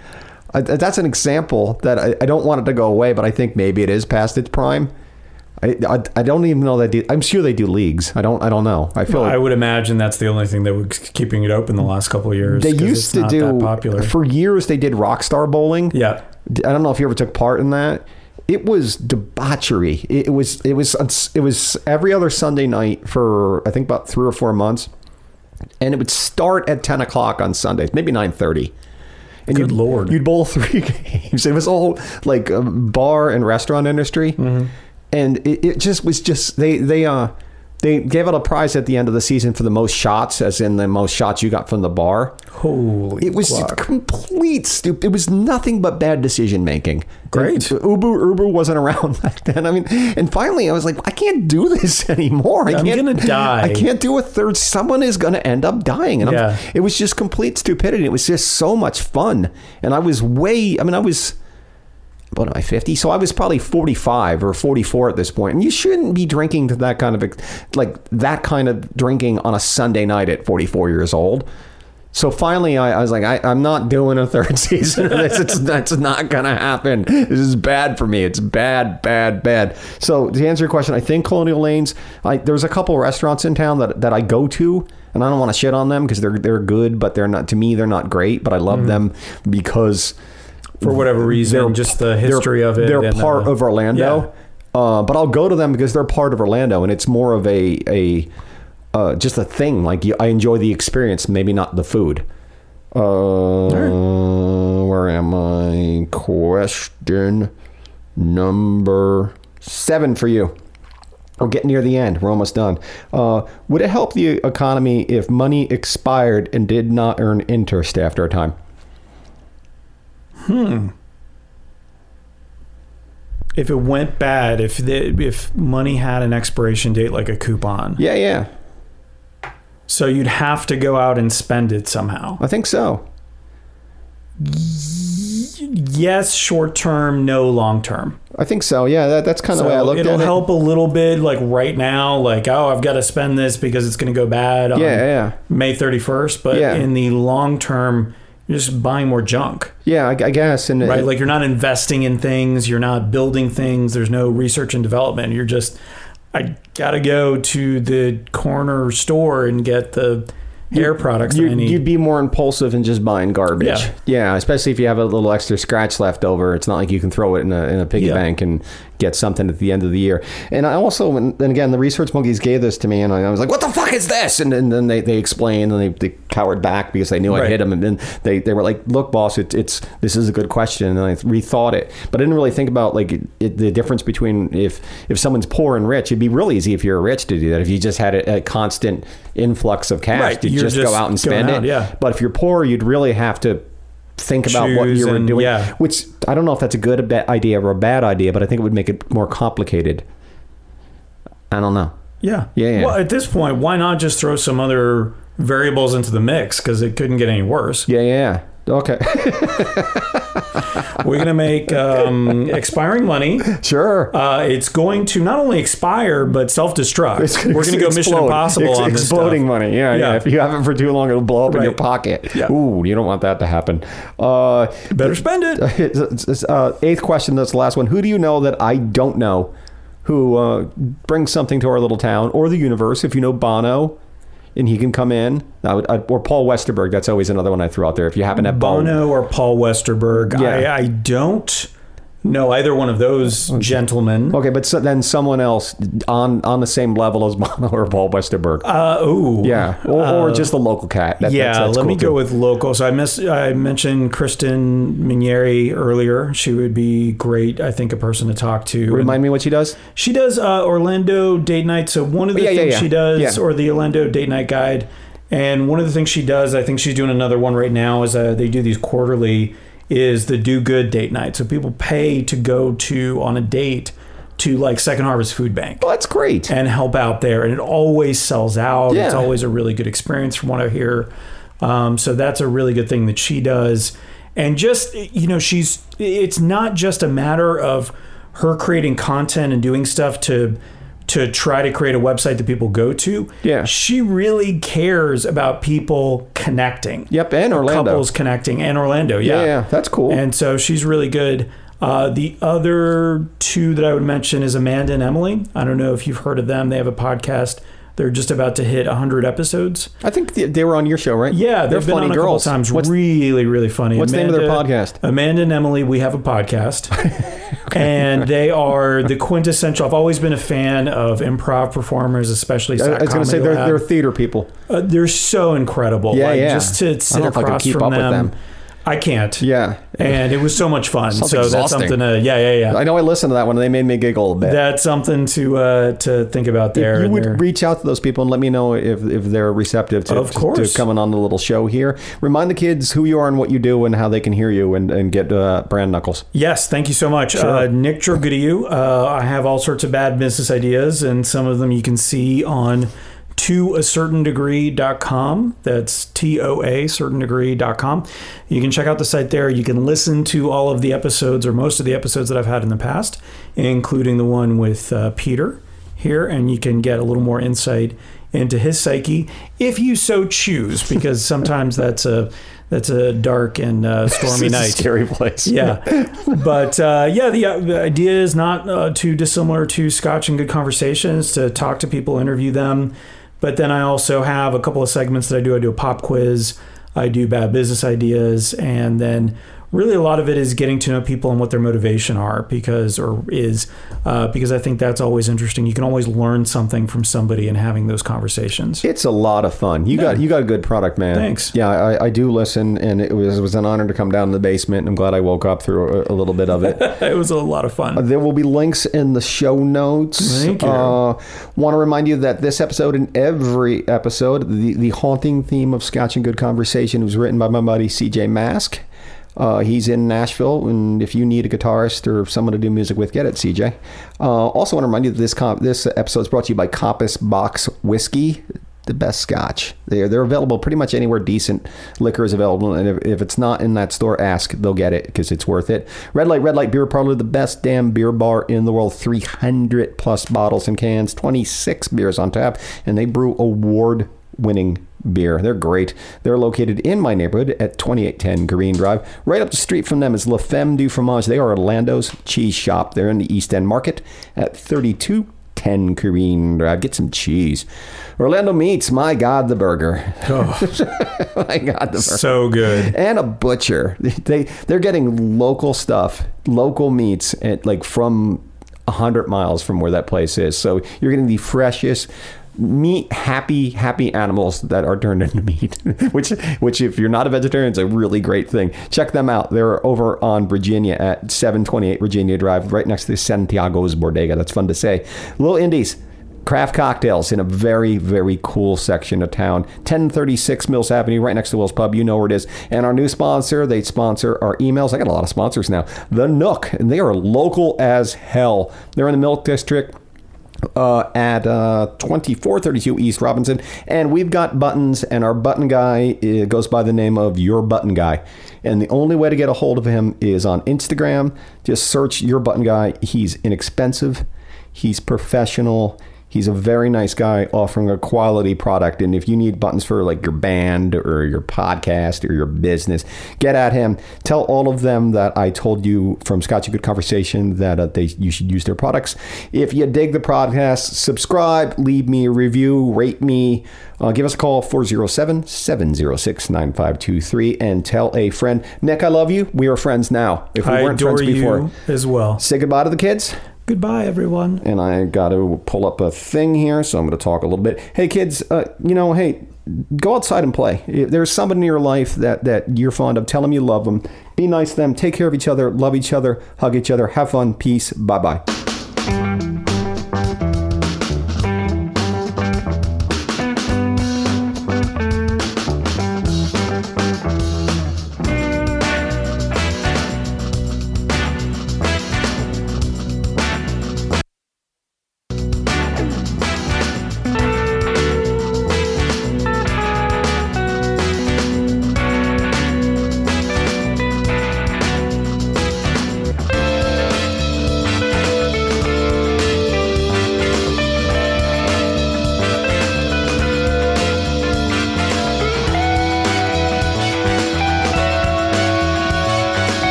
Speaker 2: I, that's an example that I, I don't want it to go away but i think maybe it is past its prime I, I, I don't even know that they- I'm sure they do leagues. I don't I don't know. I feel like
Speaker 4: I would imagine that's the only thing that was keeping it open the last couple of years.
Speaker 2: they
Speaker 4: 'cause
Speaker 2: used
Speaker 4: it's
Speaker 2: to
Speaker 4: not
Speaker 2: do
Speaker 4: that popular.
Speaker 2: for years they did rock star bowling.
Speaker 4: yeah,
Speaker 2: I don't know if you ever took part in that. It was debauchery. It it was it was it was every other Sunday night for I think about three or four months, and it would start at ten o'clock on Sundays, maybe nine thirty. And
Speaker 4: Good
Speaker 2: you'd,
Speaker 4: Lord.
Speaker 2: you'd bowl three games. It was all like um, bar and restaurant industry,
Speaker 4: Mm-hmm.
Speaker 2: and it, it just was just they they uh they gave out a prize at the end of the season for the most shots, as in the most shots you got from the bar.
Speaker 4: holy.
Speaker 2: It was complete stupid. It was nothing but bad decision making.
Speaker 4: Great.
Speaker 2: And Ubu Ubu wasn't around back then. I mean, and finally I was like, I can't do this anymore. I
Speaker 4: I'm
Speaker 2: can't,
Speaker 4: gonna die.
Speaker 2: I can't do a third. Someone is gonna end up dying. And
Speaker 4: Yeah.
Speaker 2: I'm, it was just complete stupidity. It was just so much fun, and I was way. I mean, I was. What am I, 50? So I was probably 45 or 44 at this point. And you shouldn't be drinking to that kind of, ex- like, that kind of drinking on a Sunday night at 44 years old. So finally, I, I was like, I, I'm not doing a third season of this. It's that's not gonna happen. This is bad for me. It's bad, bad, bad. So to answer your question, I think Colonial Lanes. I, there's a couple restaurants in town that, that I go to, and I don't want to shit on them because they're they're good, but they're not to me. They're not great, but I love them because
Speaker 4: for whatever reason,
Speaker 2: they're-
Speaker 4: just the history
Speaker 2: they're,
Speaker 4: of it.
Speaker 2: They're
Speaker 4: and,
Speaker 2: part
Speaker 4: uh,
Speaker 2: of Orlando,
Speaker 4: yeah.
Speaker 2: uh, but I'll go to them because they're part of Orlando, and it's more of a a uh, just a thing. Like you, I enjoy the experience, maybe not the food. Uh, Where am I? Question number seven for you. We're getting near the end. We're almost done. Uh, would it help the economy if money expired and did not earn interest after a time?
Speaker 4: If it went bad, if the, if money had an expiration date like a coupon,
Speaker 2: Yeah, yeah.
Speaker 4: so you'd have to go out and spend it somehow.
Speaker 2: I think so.
Speaker 4: Yes, short term, no long term.
Speaker 2: I think so. Yeah, that, that's kind of
Speaker 4: So
Speaker 2: the way I looked
Speaker 4: it'll
Speaker 2: at
Speaker 4: help a little bit, like right now, like oh, I've got to spend this because it's going to go bad on
Speaker 2: it. Yeah, yeah,
Speaker 4: May thirty first. But
Speaker 2: Yeah.
Speaker 4: in the long term, you're just buying more junk.
Speaker 2: yeah. I, I guess, and
Speaker 4: right?
Speaker 2: it-
Speaker 4: Like you're not investing in things, you're not building things. There's no research and development. You're just, I gotta go to the corner store and get the hair products that I
Speaker 2: you,
Speaker 4: need.
Speaker 2: you'd be more impulsive in just buying garbage.
Speaker 4: Yeah.
Speaker 2: especially if you have a little extra scratch left over. It's not like you can throw it in a, in a piggy
Speaker 4: Yeah.
Speaker 2: bank and get something at the end of the year. And I also, and and again, the research monkeys gave this to me, and I, I was like, "What the fuck is this?" And, and then they, they explained, and they, they cowered back because they knew I
Speaker 4: Right.
Speaker 2: hit them. And then they, they were like, "Look, boss, it, it's this is a good question," and I rethought it, but I didn't really think about like it, it, the difference between if if someone's poor and rich. It'd be real easy if you're rich to do that. If you just had a, a constant influx of cash,
Speaker 4: Right,
Speaker 2: to
Speaker 4: you're
Speaker 2: just, go
Speaker 4: just
Speaker 2: out and
Speaker 4: going
Speaker 2: spend
Speaker 4: out,
Speaker 2: it.
Speaker 4: yeah.
Speaker 2: But if you're poor, you'd really have to think about what
Speaker 4: Choose
Speaker 2: you were
Speaker 4: and-
Speaker 2: doing.
Speaker 4: yeah.
Speaker 2: Which I don't know if that's a good a ba- idea or a bad idea, but I think it would make it more complicated. I don't know.
Speaker 4: yeah.
Speaker 2: Yeah, yeah.
Speaker 4: Well, at this point, why not just throw some other variables into the mix? Because it couldn't get any worse.
Speaker 2: Yeah, yeah, yeah. Okay.
Speaker 4: We're gonna make um, expiring money.
Speaker 2: sure.
Speaker 4: Uh, it's going to not only expire but self-destruct.
Speaker 2: It's
Speaker 4: We're gonna go Mission
Speaker 2: explode.
Speaker 4: Impossible
Speaker 2: It's
Speaker 4: on this stuff.
Speaker 2: exploding money. Yeah, yeah,
Speaker 4: Yeah.
Speaker 2: If you have it for too long, it'll blow up in
Speaker 4: Right.
Speaker 2: your pocket.
Speaker 4: Yeah.
Speaker 2: Ooh, you don't want that to happen. Uh,
Speaker 4: Better spend it.
Speaker 2: uh, eighth question. That's the last one. Who do you know that I don't know, who uh, brings something to our little town or the universe? If you know Bono, and he can come in, I would, I, or Paul Westerberg. That's always another one I threw out there. If you happen to have Paul-
Speaker 4: Bono or Paul Westerberg.
Speaker 2: Yeah. Oh,
Speaker 4: I, I don't know either one of those gentlemen.
Speaker 2: Okay, but so, then someone else on on the same level as Bono or Paul Westerberg.
Speaker 4: Uh, ooh.
Speaker 2: yeah, or, or just the local cat. That,
Speaker 4: Yeah,
Speaker 2: that's, that's
Speaker 4: let
Speaker 2: cool
Speaker 4: me
Speaker 2: too.
Speaker 4: go with local. So I miss I mentioned Kristen Minieri earlier. She would be great, I think, a person to talk to. And
Speaker 2: Remind me what she does.
Speaker 4: she does uh, Orlando date night. So one of the
Speaker 2: Yeah, yeah,
Speaker 4: things
Speaker 2: yeah.
Speaker 4: she does,
Speaker 2: Yeah.
Speaker 4: or the Orlando date night guide, and one of the things she does, I think she's doing another one right now. Is uh, they do these quarterly, is the do good date night. So people pay to go to on a date to like Second Harvest Food Bank
Speaker 2: Well, Oh, that's great.
Speaker 4: and help out there. And it always sells out. It's
Speaker 2: Yeah.
Speaker 4: always a really good experience from what I hear. Um, so that's a really good thing that she does. And just, you know, she's, it's not just a matter of her creating content and doing stuff to, to try to create a website that people go to.
Speaker 2: Yeah.
Speaker 4: She really cares about people connecting.
Speaker 2: Yep, and Orlando.
Speaker 4: Couples connecting and Orlando.
Speaker 2: yeah. yeah, that's cool.
Speaker 4: And so she's really good. Uh, the other two that I would mention is Amanda and Emily. I don't know if you've heard of them. They have a podcast. They're just about to hit 100 episodes.
Speaker 2: I think they, they were on your show, right?
Speaker 4: Yeah,
Speaker 2: they're
Speaker 4: they've been
Speaker 2: funny
Speaker 4: on a
Speaker 2: girls.
Speaker 4: couple times.
Speaker 2: What's
Speaker 4: really, really funny.
Speaker 2: what's the name of their podcast?
Speaker 4: Amanda and Emily. We have a podcast, and they are the quintessential. I've always been a fan of improv performers, especially.
Speaker 2: uh, I, I was going to say they're, they're theater people.
Speaker 4: Uh, they're so incredible.
Speaker 2: Yeah,
Speaker 4: like,
Speaker 2: yeah.
Speaker 4: Just to
Speaker 2: I
Speaker 4: sit
Speaker 2: don't know if I could
Speaker 4: across
Speaker 2: keep
Speaker 4: from
Speaker 2: up with
Speaker 4: them,
Speaker 2: them.
Speaker 4: I can't.
Speaker 2: Yeah.
Speaker 4: and it was so much fun.
Speaker 2: Sounds
Speaker 4: so that's
Speaker 2: exhausting.
Speaker 4: something to yeah yeah yeah.
Speaker 2: I know I listened to that one and they made me giggle a bit.
Speaker 4: That's something to uh, to think about there.
Speaker 2: you
Speaker 4: and
Speaker 2: would
Speaker 4: there.
Speaker 2: reach out to those people and let me know if, if they're receptive to,
Speaker 4: Of
Speaker 2: to- to,
Speaker 4: course.
Speaker 2: coming on the little show here. Remind the kids who you are and what you do and how they can hear you and, and get uh, brand knuckles.
Speaker 4: yes, thank you so much, uh, Nick Jorgadiu. Uh, I have all sorts of bad business ideas, and some of them you can see on to a certain degree.com that's t-o-a certain degree.com you can check out the site there you can listen to all of the episodes or most of the episodes that i've had in the past including the one with uh, peter here and you can get a little more insight into his psyche, if you so choose, because sometimes that's a that's a dark and uh, stormy
Speaker 2: It's a
Speaker 4: night.
Speaker 2: scary place.
Speaker 4: Yeah, but uh, yeah, the, uh, the idea is not uh, too dissimilar to Scotch and Good Conversations to talk to people, interview them. But then I also have a couple of segments that I do. I do a pop quiz, I do bad business ideas, and then really a lot of it is getting to know people and what their motivation are because or is uh, because I think that's always interesting. You can always learn something from somebody and having those conversations.
Speaker 2: It's a lot of fun. You got you got a good product, man.
Speaker 4: Thanks.
Speaker 2: Yeah, I, I do listen, and it was it was an honor to come down to the basement. And I'm glad I woke up through a, a little bit of it.
Speaker 4: It was a lot of fun.
Speaker 2: Uh, There will be links in the show notes.
Speaker 4: Thank you.
Speaker 2: Uh, Want to remind you that this episode and every episode, the, the haunting theme of Scotch and Good Conversation was written by my buddy CJ Mask. Uh, he's in Nashville, and if you need a guitarist or someone to do music with, get it, CJ. Uh, also, want to remind you that this comp- this episode is brought to you by Compass Box Whiskey, the best Scotch. They're they're available pretty much anywhere decent liquor is available, and if, if it's not in that store, ask. They'll get it because it's worth it. Red Light, Red Light Beer Parlor, the best damn beer bar in the world. 300 plus bottles and cans, 26 beers on tap, and they brew award winning beer. They're great. They're located in my neighborhood at 2810 Green Drive. Right up the street from them is La Femme du Fromage. They are Orlando's cheese shop. They're in the East End Market at 3210 Green Drive. Get some cheese. Orlando Meats, my God, the burger. my God, the burger
Speaker 4: So good.
Speaker 2: and a butcher. They they're getting local stuff, local meats, at, like from hundred miles from where that place is. So you're getting the freshest meat happy happy animals that are turned into meat which which if you're not a vegetarian is a really great thing check them out they're over on virginia at 728 virginia drive right next to santiago's bodega that's fun to say little indies craft cocktails in a very very cool section of town 1036 mills avenue right next to will's pub you know where it is and our new sponsor they sponsor our emails i got a lot of sponsors now the nook and they are local as hell they're in the milk district uh, at uh, 2432 East Robinson. And we've got buttons, and our button guy uh, goes by the name of Your Button Guy. And the only way to get a hold of him is on Instagram. Just search Your Button Guy. He's inexpensive, he's professional. He's a very nice guy offering a quality product. And if you need buttons for like your band or your podcast or your business, get at him. Tell all of them that I told you from Scotch a Good Conversation that uh, they you should use their products. If you dig the podcast, subscribe, leave me a review, rate me, uh, give us a call 407 706 9523 and tell a friend. Nick, I love you. We are friends now. If we
Speaker 4: I
Speaker 2: weren't
Speaker 4: adore
Speaker 2: friends before,
Speaker 4: you as well.
Speaker 2: say goodbye to the kids
Speaker 4: Goodbye, everyone.
Speaker 2: and I got to pull up a thing here, so I'm going to talk a little bit. Hey, kids, uh, you know, hey, go outside and play. If there's somebody in your life that that you're fond of, tell them you love them. Be nice to them. Take care of each other. Love each other. Hug each other. Have fun. Peace. Bye bye.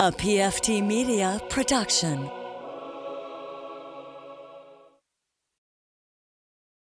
Speaker 1: A PFT Media production.